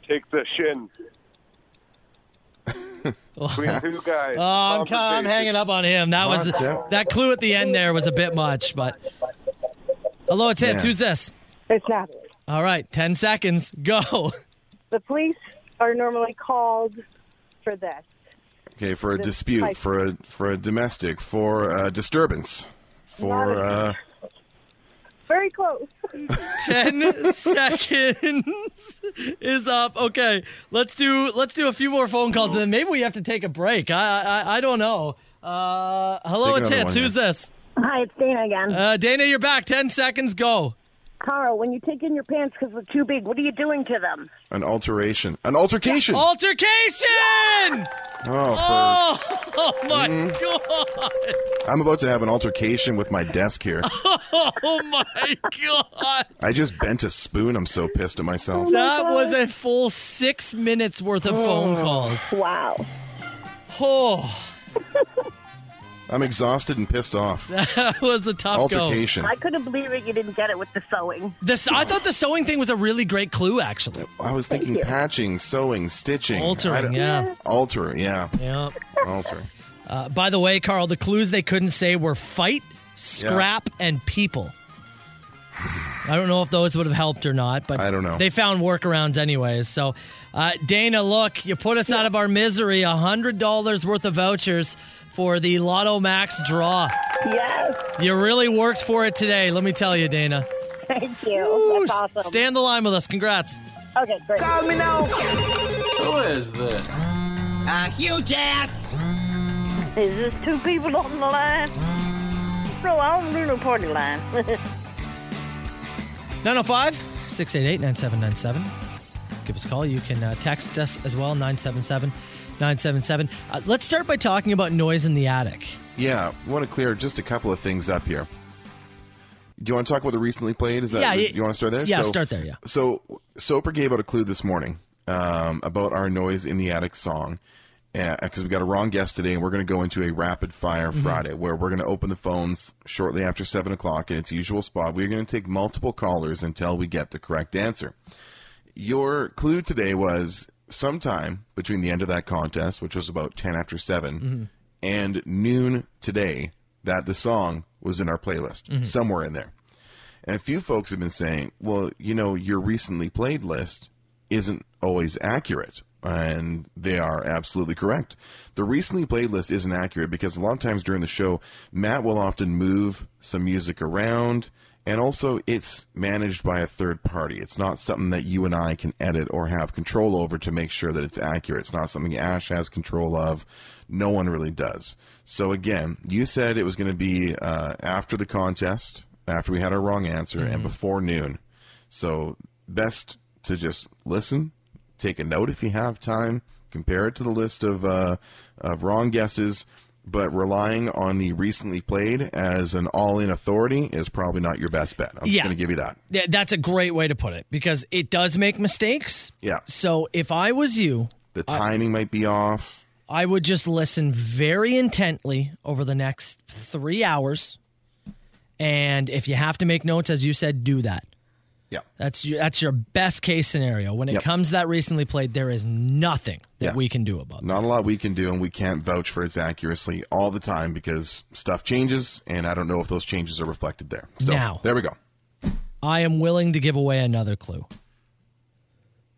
Speaker 23: Take the shin. Between two guys.
Speaker 6: Oh, I'm, ki- I'm hanging up on him. That was
Speaker 7: Lots up.
Speaker 6: that clue at the end there was a bit much, but hello, it's hits.
Speaker 7: Man.
Speaker 6: Who's this?
Speaker 24: It's not.
Speaker 6: All right, ten seconds. Go.
Speaker 24: The police are normally called for this.
Speaker 7: Okay, for a
Speaker 24: The
Speaker 7: dispute,
Speaker 24: fight.
Speaker 7: for a for a domestic, for a disturbance, for uh,
Speaker 24: Very close.
Speaker 6: 10 seconds is up. Okay, let's do let's do a few more phone calls, and then maybe we have to take a break. I I, I don't know. Uh, hello,
Speaker 3: Take
Speaker 6: it's
Speaker 3: another
Speaker 6: hits.
Speaker 3: one
Speaker 6: Who's this?
Speaker 3: Hi, it's Dana again.
Speaker 6: Uh, Dana, you're back. Ten seconds. Go.
Speaker 22: Carl, when you take in your pants because they're too big, what are you doing to them?
Speaker 7: an alteration, an altercation.
Speaker 6: Altercation.
Speaker 7: Oh, for, Mm-hmm.
Speaker 6: Oh, oh my god.
Speaker 7: I'm about to have an altercation with my desk here.
Speaker 6: Oh my god.
Speaker 7: I just bent a spoon. I'm so pissed at myself.
Speaker 6: That was a full six minutes worth of phone calls.
Speaker 24: Wow.
Speaker 6: Oh,
Speaker 7: I'm exhausted and pissed off.
Speaker 6: that was a tough
Speaker 7: Altercation.
Speaker 6: go.
Speaker 22: I couldn't believe it. You didn't get it with the sewing.
Speaker 6: This, I thought the sewing thing was a really great clue, actually.
Speaker 7: I was thinking patching, sewing, stitching,
Speaker 6: Altering,
Speaker 7: I don't-
Speaker 6: yeah.
Speaker 7: alter, yeah,
Speaker 6: Yeah.
Speaker 7: alter.
Speaker 6: Uh, by the way, Carl, the clues they couldn't say were fight, scrap, and people. I don't know if those would have helped or not, but
Speaker 7: I don't know.
Speaker 6: They found workarounds anyways. So, uh, Dana, look, you put us out of our misery. hundred dollars worth of vouchers for the Lotto Max draw.
Speaker 22: Yes.
Speaker 6: You really worked for it today. Let me tell you, Dana.
Speaker 22: Thank you. That's
Speaker 6: Ooh,
Speaker 22: awesome.
Speaker 6: Stay on the line with us. Congrats.
Speaker 22: okay, great. Call me now.
Speaker 2: Who is this?
Speaker 8: A huge ass. Is this two people on the line? No, I don't do no party line.
Speaker 6: 905 688 9797. Give us a call. You can uh, text us as well, 977 977. Uh, let's start by talking about noise in the attic.
Speaker 7: Yeah, want to clear just a couple of things up here. Do you want to talk about the recently played? Is that
Speaker 6: Yeah, yeah.
Speaker 7: Uh, you want to start there?
Speaker 6: Yeah, start there, yeah.
Speaker 7: So Soper gave out a clue this morning um, about our noise in the attic song because we got a wrong guess today, and we're going to go into a rapid fire
Speaker 25: Mhm.
Speaker 7: Friday where we're going to open the phones shortly after seven o'clock in its usual spot. We're going to take multiple callers until we get the correct answer. Your clue today was sometime between the end of that contest, which was about ten after 7
Speaker 26: Mhm.
Speaker 7: and noon today, that the song was in our playlist
Speaker 26: Mhm.
Speaker 7: somewhere in there. And a few folks have been saying, well, you know, your recently played list isn't always accurate. And they are absolutely correct. The recently played list isn't accurate because a lot of times during the show, Matt will often move some music around. And also, it's managed by a third party. It's not something that you and I can edit or have control over to make sure that it's accurate. It's not something Ash has control of. No one really does. So, again, you said it was going to be uh, after the contest, after we had our wrong answer
Speaker 6: Mm-hmm.
Speaker 7: and before noon. So best to just listen, take a note if you have time, Compare it to the list of, uh, of wrong guesses, but relying on the recently played as an all in authority is probably not your best bet. I'm just
Speaker 6: Yeah.
Speaker 7: going to give you that.
Speaker 6: Yeah, that's a great way to put it because it does make mistakes.
Speaker 7: Yeah.
Speaker 6: So if I was you,
Speaker 7: the timing might be off.
Speaker 6: I would just listen very intently over the next three hours, and if you have to make notes, as you said, do that.
Speaker 7: Yeah.
Speaker 6: That's your, that's your best case scenario. When it
Speaker 7: Yep.
Speaker 6: comes to that recently played, there is nothing that
Speaker 7: Yeah.
Speaker 6: we can do about.
Speaker 7: Not a lot we can do, and we can't vouch for its accuracy all the time because stuff changes, and I don't know if those changes are reflected there. So
Speaker 6: Now.
Speaker 7: there we go.
Speaker 6: I am willing to give away another clue.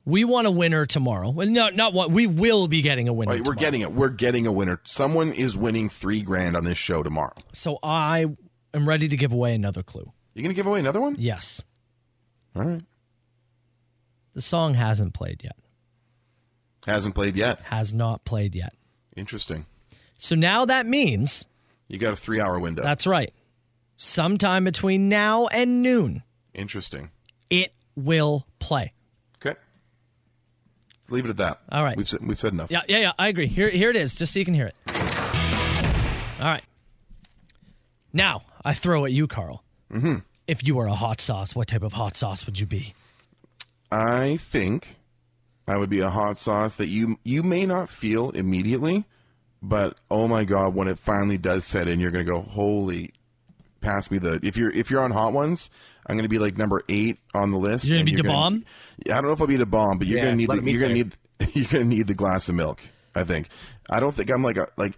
Speaker 6: We want a winner tomorrow. Well, no, not one. We will be getting a winner.
Speaker 7: Wait, we're getting it. We're getting a winner. Someone is winning three grand on this show tomorrow.
Speaker 6: So I am ready to give away another clue.
Speaker 7: You gonna give away another one?
Speaker 6: Yes.
Speaker 7: All right.
Speaker 6: The song hasn't played yet.
Speaker 7: Hasn't played yet.
Speaker 6: Has not played yet.
Speaker 7: Interesting.
Speaker 6: So now that means
Speaker 7: You got a three-hour window.
Speaker 6: that's right. Sometime between now and noon,
Speaker 7: interesting.
Speaker 6: it will play.
Speaker 7: Okay. Let's leave it at that.
Speaker 6: All right.
Speaker 7: We've said, we've said enough.
Speaker 6: Yeah, yeah, yeah. I agree. Here, here it is, just so you can hear it. All right. Now I throw at you, Carl.
Speaker 7: Mm-hmm.
Speaker 6: If you were a hot sauce, what type of hot sauce would you be?
Speaker 7: I think I would be a hot sauce that you you may not feel immediately, but oh my god, when it finally does set in, you're gonna go, holy. Pass me the if you're if you're on hot ones, I'm gonna be like number eight on the list.
Speaker 6: You're gonna
Speaker 7: and
Speaker 6: be
Speaker 7: gonna- I don't know if I'll be the bomb, but you're
Speaker 6: Yeah,
Speaker 7: gonna need
Speaker 6: let
Speaker 7: the,
Speaker 6: me
Speaker 7: you're gonna
Speaker 6: clear.
Speaker 7: need you're gonna need the glass of milk. I think. I don't think I'm like a like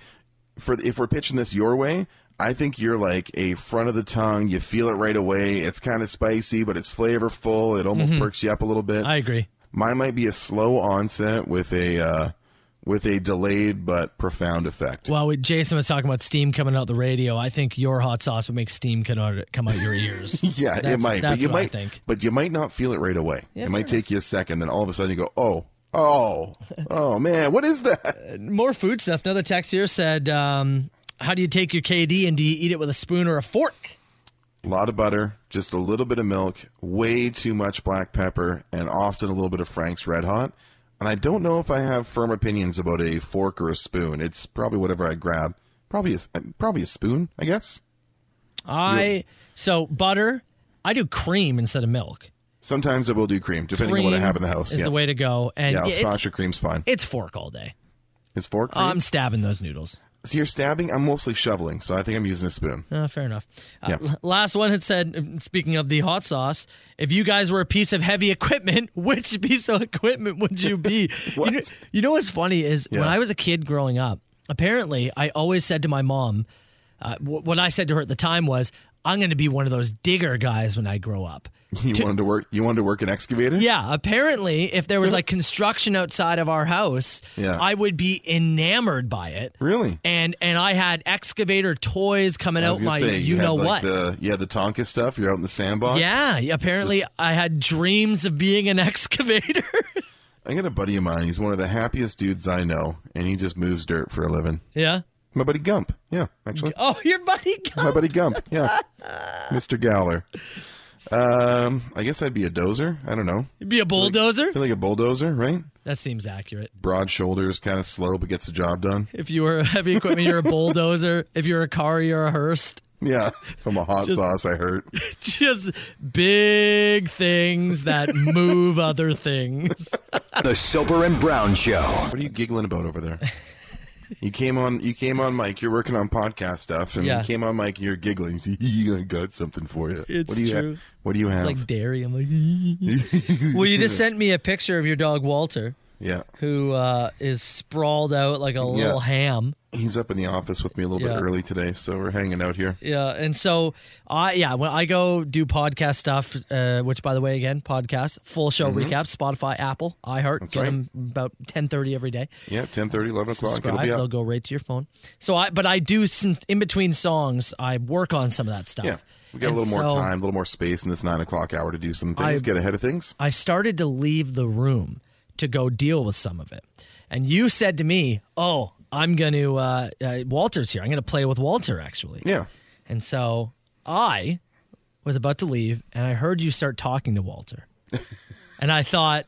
Speaker 7: for if we're pitching this your way. I think you're like a front of the tongue. You feel it right away. It's kind of spicy, but it's flavorful. It almost
Speaker 6: Mhm.
Speaker 7: perks you up a little bit.
Speaker 6: I agree.
Speaker 7: Mine might be a slow onset with a uh, with a delayed but profound effect.
Speaker 6: Well, we- Jason was talking about steam coming out the radio. I think your hot sauce would make steam come out, come out your ears.
Speaker 7: yeah, it
Speaker 6: That's-
Speaker 7: might,
Speaker 6: That's
Speaker 7: but you
Speaker 6: what
Speaker 7: might,
Speaker 6: I think.
Speaker 7: but you might not feel it right away.
Speaker 6: Yeah,
Speaker 7: it might take you a second, then all of a sudden you go, "Oh, oh, oh, man, what is that?"
Speaker 6: More food stuff. Another text here said, um, "How do you take your KD and do you eat it with a spoon or a fork?"
Speaker 7: A lot of butter, just a little bit of milk, way too much black pepper, and often a little bit of Frank's Red Hot. And I don't know if I have firm opinions about a fork or a spoon. It's probably whatever I grab. Probably a, probably a spoon, I guess.
Speaker 6: I so butter. I do cream instead of milk.
Speaker 7: Sometimes I will do cream, depending on what I
Speaker 6: Cream
Speaker 7: have in the house.
Speaker 6: is
Speaker 7: yeah.
Speaker 6: the way to go. And
Speaker 7: yeah,
Speaker 6: it's-
Speaker 7: Scotch or cream's fine.
Speaker 6: It's fork all day.
Speaker 7: It's fork. Cream?
Speaker 6: I'm stabbing those noodles.
Speaker 7: so you're stabbing. I'm mostly shoveling, so I think I'm using a spoon.
Speaker 6: Uh, fair enough. Uh,
Speaker 7: Yeah.
Speaker 6: l- last one had said, um, speaking of the hot sauce, if you guys were a piece of heavy equipment, which piece of equipment would you be? you, know, you know what's funny is when
Speaker 2: Yeah.
Speaker 6: I was a kid growing up, apparently I always said to my mom, uh, w- what I said to her at the time was, I'm going to be one of those digger guys when I grow up.
Speaker 7: You wanted to work. You wanted to work an excavator.
Speaker 6: Yeah, apparently, if there was like construction outside of our house,
Speaker 7: Yeah.
Speaker 6: I would be enamored by it.
Speaker 7: Really?
Speaker 6: And and I had excavator toys coming
Speaker 7: I was
Speaker 6: out
Speaker 7: gonna
Speaker 6: my
Speaker 7: say,
Speaker 6: you
Speaker 7: had,
Speaker 6: know
Speaker 7: like,
Speaker 6: what.
Speaker 7: The, yeah, the Tonka stuff. You're out in the sandbox.
Speaker 6: Yeah, yeah, apparently
Speaker 7: Just-
Speaker 6: I had dreams of being an excavator.
Speaker 7: I got a buddy of mine. He's one of the happiest dudes I know, and he just moves dirt for a living.
Speaker 6: yeah.
Speaker 7: My buddy Gump. Yeah, actually.
Speaker 6: Oh, your buddy.
Speaker 7: My buddy Gump. Yeah. Mr. Galler. Um, I guess I'd be a dozer. I don't know.
Speaker 6: You'd be a bulldozer.
Speaker 7: feel like a bulldozer, right?
Speaker 6: That seems accurate.
Speaker 7: Broad shoulders, kind of slow, but gets the job done.
Speaker 6: If you were heavy equipment, you're a bulldozer. if you're a car, you're a Hearst.
Speaker 7: Yeah, from a hot
Speaker 6: Just-
Speaker 7: sauce, I heard.
Speaker 6: Just big things that move other things.
Speaker 5: The Soper and Brown Show.
Speaker 7: What are you giggling about over there? You came on. You came on, Mike. You're working on podcast stuff, and
Speaker 6: Yeah.
Speaker 7: you came on, Mike. and You're giggling. You got something for you.
Speaker 6: It's
Speaker 7: what do you ha-
Speaker 6: true.
Speaker 7: what do you
Speaker 6: It's
Speaker 7: have?
Speaker 6: like dairy. I'm like, well, you just sent me a picture of your dog Walter,
Speaker 7: yeah,
Speaker 6: who uh, is sprawled out like a little ham.
Speaker 7: He's up in the office with me a little
Speaker 6: Yeah.
Speaker 7: bit early today, so we're hanging out here.
Speaker 6: Yeah, and so I yeah when I go do podcast stuff, uh, which by the way again podcast full show
Speaker 7: Mhm.
Speaker 6: recaps, Spotify, Apple, iHeart,
Speaker 7: That's
Speaker 6: get
Speaker 7: right.
Speaker 6: them about ten thirty every day.
Speaker 7: Yeah, 10, 11 o'clock. It'll
Speaker 6: Subscribe,
Speaker 7: be
Speaker 6: they'll
Speaker 7: up.
Speaker 6: go right to your phone. So I but I do some in between songs, I work on some of that stuff.
Speaker 7: Yeah, we got a
Speaker 6: And
Speaker 7: little more
Speaker 6: so
Speaker 7: time, a little more space in this nine o'clock hour to do some
Speaker 6: I-
Speaker 7: things, get ahead of things.
Speaker 6: I started to leave the room to go deal with some of it, and you said to me, "Oh, I'm going to uh, uh, Walter's here. I'm going to play with Walter actually."
Speaker 7: Yeah.
Speaker 6: And so I was about to leave, and I heard you start talking to Walter, and I thought,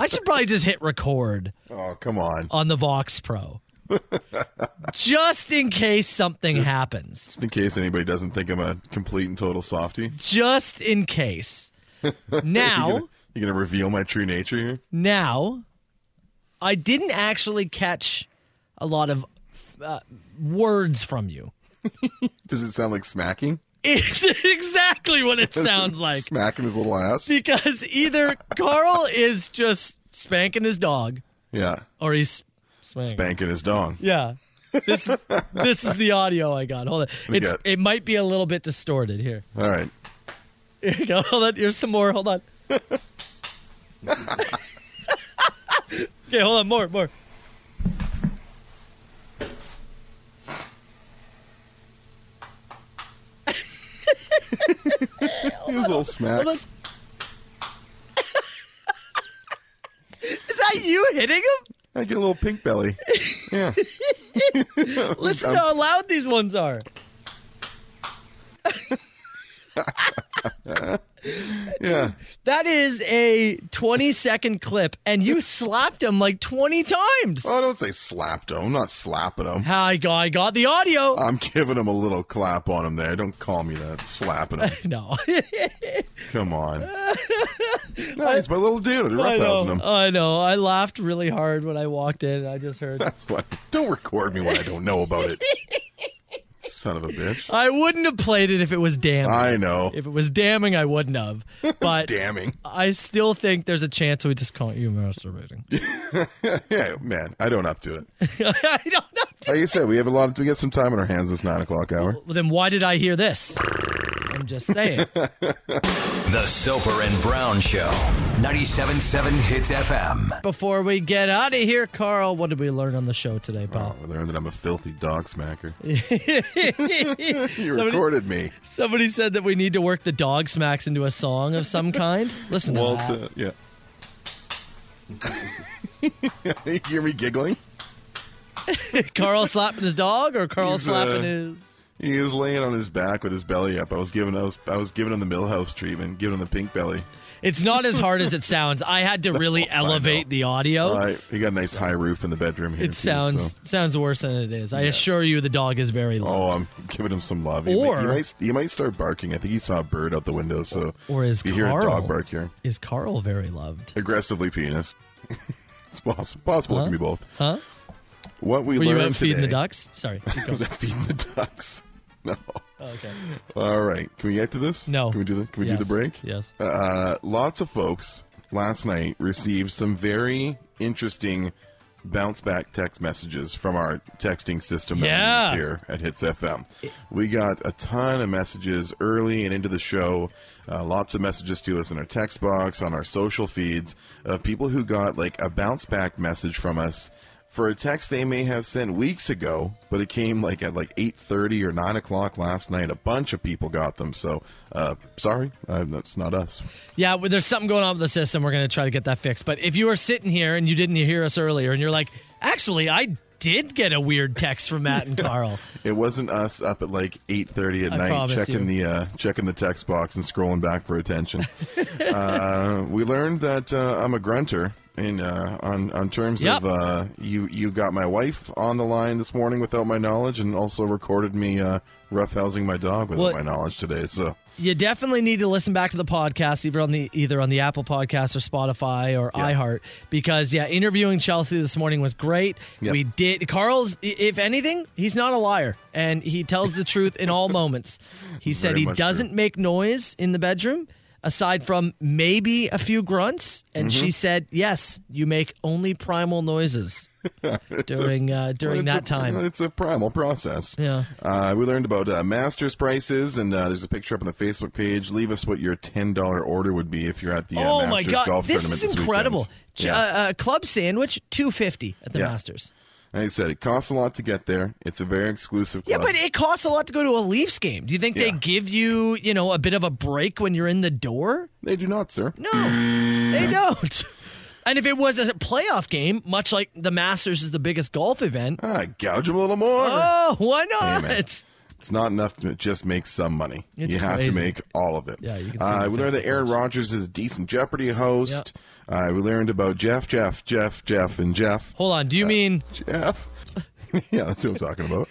Speaker 6: I should probably just hit record.
Speaker 7: Oh, come on.
Speaker 6: On the Vox Pro. just in case something happens.
Speaker 7: Just in case anybody doesn't think I'm a complete and total softie.
Speaker 6: Just in case. Now-
Speaker 7: you're gonna, you gonna reveal my true nature here.
Speaker 6: Now, I didn't actually catch a lot of uh, words from you.
Speaker 7: Does it sound like smacking?
Speaker 6: It's exactly what it sounds like.
Speaker 7: smacking his little ass.
Speaker 6: Because either Carl is just spanking his dog,
Speaker 7: Yeah,
Speaker 6: or he's spanking.
Speaker 7: spanking his dong.
Speaker 6: Yeah. This is this is the audio I got. Hold
Speaker 7: What do
Speaker 6: on.
Speaker 7: you
Speaker 6: It's
Speaker 7: got?
Speaker 6: it might be a little bit distorted here.
Speaker 7: All right.
Speaker 6: Here you go. Hold on. Here's some more. Hold on. okay, hold on. More, more.
Speaker 7: His little smacks.
Speaker 6: Is that you hitting him?
Speaker 7: I get a little pink belly. Yeah.
Speaker 6: Listen
Speaker 7: I'm-
Speaker 6: to how loud these ones are.
Speaker 7: yeah.
Speaker 6: That is a 20 second clip, and you slapped him like 20 times.
Speaker 7: Oh, don't say slapped him. I'm not slapping him.
Speaker 6: How I got, I got the audio.
Speaker 7: I'm giving him a little clap on him there. Don't call me that. Slapping him.
Speaker 6: no.
Speaker 7: Come on. Nice, my little dude. Roughhousing him.
Speaker 6: know, I know. I laughed really hard when I walked in. I just heard.
Speaker 7: That's what. Don't record me when I don't know about it. Son of a bitch.
Speaker 6: I wouldn't have played it if it was damning.
Speaker 7: I know.
Speaker 6: If it was damning, I wouldn't have. But
Speaker 7: damning.
Speaker 6: I still think there's a chance we just caught you masturbating.
Speaker 7: yeah, man, I don't up to it. I don't up to Like you said, we have a lot. Of, we get some time on our hands this nine o'clock hour.
Speaker 6: Well, then why did I hear this? I'm just saying.
Speaker 5: The Soper and Brown Show. 97.7 Hits FM.
Speaker 6: Before we get out of here, Carl, what did we learn on the show today, pal?
Speaker 7: I learned Oh, that I'm a filthy dog smacker.
Speaker 6: you
Speaker 7: You recorded me.
Speaker 6: Somebody said that we need to work the dog smacks into a song of some kind. Listen to
Speaker 7: Walt,
Speaker 6: that.
Speaker 7: uh, yeah. you hear me giggling?
Speaker 6: Carl slapping his dog or Carl
Speaker 7: He's, uh,
Speaker 6: slapping his.
Speaker 7: He was laying on his back with his belly up. I was giving I was, I was giving him the Millhouse treatment, giving him the pink belly.
Speaker 6: It's not as hard as it sounds. I had to really elevate the audio.
Speaker 7: Uh, he got a nice high roof in the bedroom here.
Speaker 6: Oh. it
Speaker 7: too,
Speaker 6: sounds
Speaker 7: so-
Speaker 6: sounds worse than it is. I
Speaker 7: Yes.
Speaker 6: assure you, the dog is very low.
Speaker 7: Oh, I'm giving him some love. He might-
Speaker 6: Or-
Speaker 7: he, might he might start barking. I think he saw a bird out the window. So
Speaker 6: Or is
Speaker 7: if you hear a
Speaker 6: Carl-
Speaker 7: dog bark here?
Speaker 6: Is Carl very loved?
Speaker 7: Aggressively penis. it's possible. Possible it can be both.
Speaker 6: Huh?
Speaker 7: What we
Speaker 6: Were you
Speaker 7: learned
Speaker 6: out feeding the
Speaker 7: today-
Speaker 6: ducks? Sorry. keep going. Oh,
Speaker 7: was that feeding the ducks? No.
Speaker 6: okay.
Speaker 7: All right. Can we get to this? No. Can we do the Can we do
Speaker 6: Yes.
Speaker 7: the break?
Speaker 6: Yes.
Speaker 7: Uh, lots of folks last night received some very interesting bounce back text messages from our texting system that
Speaker 6: Yeah.
Speaker 7: we use here at Hits FM. We got a ton of messages early and into the show. Uh, lots of messages to us in our text box, on our social feeds, of people who got like a bounce back message from us for a text they may have sent weeks ago, but it came like at like eight thirty or nine o'clock last night. A bunch of people got them. So uh, sorry, uh, that's not us.
Speaker 6: Yeah, well, there's something going on with the system. We're going to try to get that fixed. But if you are sitting here and you didn't hear us earlier and you're like, actually, I did get a weird text from Matt and Carl.
Speaker 7: It wasn't us up at like eight thirty at
Speaker 6: I
Speaker 7: night
Speaker 6: promise
Speaker 7: checking the uh, checking the text box and scrolling back for attention. uh, we learned that uh, I'm a grunter, and uh, on on terms
Speaker 6: Yep.
Speaker 7: of uh, you you got my wife on the line this morning without my knowledge, and also recorded me uh, roughhousing my dog without
Speaker 6: Well-
Speaker 7: my knowledge today. So
Speaker 6: You definitely need to listen back to the podcast, either on the either on the Apple Podcast or Spotify or iHeart, because yeah, interviewing Chelsea this morning was great.
Speaker 7: Yep.
Speaker 6: We did Carl's. i- If anything, he's not a liar, and he tells the truth in all moments. He said
Speaker 7: Very
Speaker 6: he
Speaker 7: much
Speaker 6: doesn't make noise in the bedroom, aside from maybe a few grunts. And
Speaker 7: Mm-hmm.
Speaker 6: she said, "Yes, you make only primal noises
Speaker 7: a-
Speaker 6: during uh, during
Speaker 7: Well,
Speaker 6: that
Speaker 7: it's a-
Speaker 6: time."
Speaker 7: It's a primal process.
Speaker 6: Yeah.
Speaker 7: Uh, we learned about uh, master's prices, and uh, there's a picture up on the Facebook page. Leave us what your ten dollar order would be if you're at the uh,
Speaker 6: oh
Speaker 7: master's
Speaker 6: my god,
Speaker 7: golf
Speaker 6: this is
Speaker 7: tournament. weekend.
Speaker 6: incredible! Ch-
Speaker 7: Yeah.
Speaker 6: uh, uh, club sandwich, two fifty at the
Speaker 7: Yeah.
Speaker 6: Masters.
Speaker 7: Like I said, it costs a lot to get there. It's a very exclusive
Speaker 6: Yeah,
Speaker 7: club.
Speaker 6: but it costs a lot to go to a Leafs game. Do you think they give you, you know, a bit of a break when you're in the door?
Speaker 7: They do not, sir.
Speaker 6: No,
Speaker 7: Mm.
Speaker 6: they don't. And if it was a playoff game, much like the Masters is the biggest golf event,
Speaker 7: ah, gouge them a little more.
Speaker 6: Oh, why not?
Speaker 7: Hey, man. It's not enough to just make some money.
Speaker 4: It's
Speaker 7: you have to
Speaker 4: crazy.
Speaker 7: make all of it.
Speaker 4: Yeah, you can see
Speaker 7: uh,
Speaker 4: the
Speaker 7: we learned that Aaron Rodgers is a decent Jeopardy host. Uh, we learned about Jeff, Jeff, Jeff, Jeff, and Jeff.
Speaker 6: Hold on. Do you mean
Speaker 7: Jeff? yeah, that's what I'm talking about.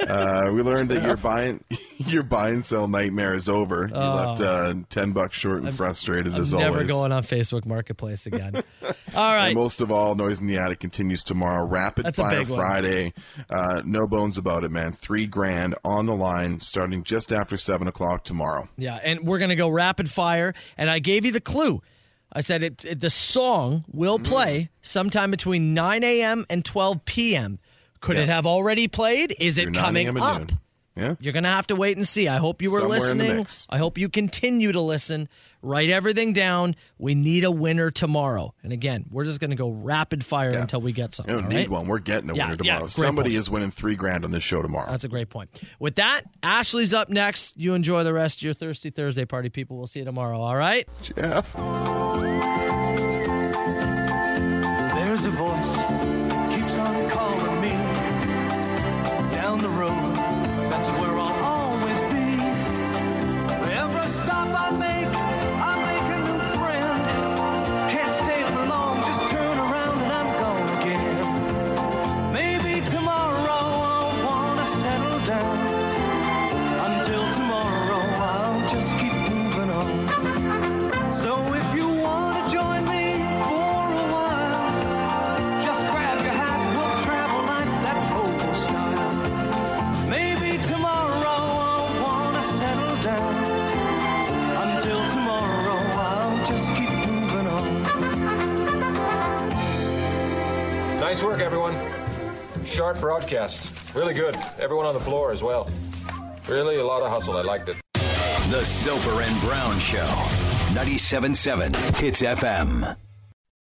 Speaker 7: uh, we learned that your buy your buy and sell nightmare is over. You
Speaker 6: Oh.
Speaker 7: left uh, ten bucks short and frustrated
Speaker 6: I'm
Speaker 7: as
Speaker 6: never
Speaker 7: always.
Speaker 6: going on Facebook Marketplace again.
Speaker 7: All right. And most of all, Noise in the Attic continues tomorrow. Rapid
Speaker 6: That's a
Speaker 7: Fire
Speaker 6: big one.
Speaker 7: Friday. Uh, no bones about it, man. Three grand on the line starting just after 7 o'clock tomorrow.
Speaker 6: Yeah, and we're gonna go rapid fire. And I gave you the clue. I said it, it- the song
Speaker 7: Mm.
Speaker 6: will play sometime between 9 a.m. and 12 p.m. Could it have already played? Is it
Speaker 7: 9
Speaker 6: coming
Speaker 7: a.m. and
Speaker 6: up?
Speaker 7: noon. Yeah.
Speaker 6: You're gonna have to wait and see. I hope you were
Speaker 7: Somewhere in the
Speaker 6: listening.
Speaker 7: mix.
Speaker 6: I hope you continue to listen. Write everything down. We need a winner tomorrow. And again, we're just gonna go rapid fire until we get
Speaker 7: You
Speaker 6: something.
Speaker 7: don't
Speaker 6: all
Speaker 7: need
Speaker 6: right?
Speaker 7: one. We're getting a
Speaker 6: Yeah,
Speaker 7: winner
Speaker 6: yeah,
Speaker 7: tomorrow.
Speaker 6: great
Speaker 7: Somebody
Speaker 6: point.
Speaker 7: is winning three grand on this show tomorrow.
Speaker 6: That's a great point. With that, Ashley's up next. You enjoy the rest of your Thirsty Thursday party, people. We'll see you tomorrow. All right?
Speaker 7: Jeff.
Speaker 4: There's a voice keeps on calling me down the road. That's where I'll always be. Every stop I make, I make a new friend. Can't stay for long, just turn around and I'm gone again. Maybe tomorrow I'll wanna settle down. Until tomorrow I'll just keep moving on. So if you wanna join me for a while. Just grab your hat, we'll travel like that's old style. Maybe tomorrow I'll wanna settle down. Until tomorrow I'll just keep moving on.
Speaker 27: Nice work, everyone. Sharp broadcast. Really good. Everyone on the floor as well. Really a lot of hustle. I liked it.
Speaker 5: The Soper and Brown Show. 97.7 Hits FM.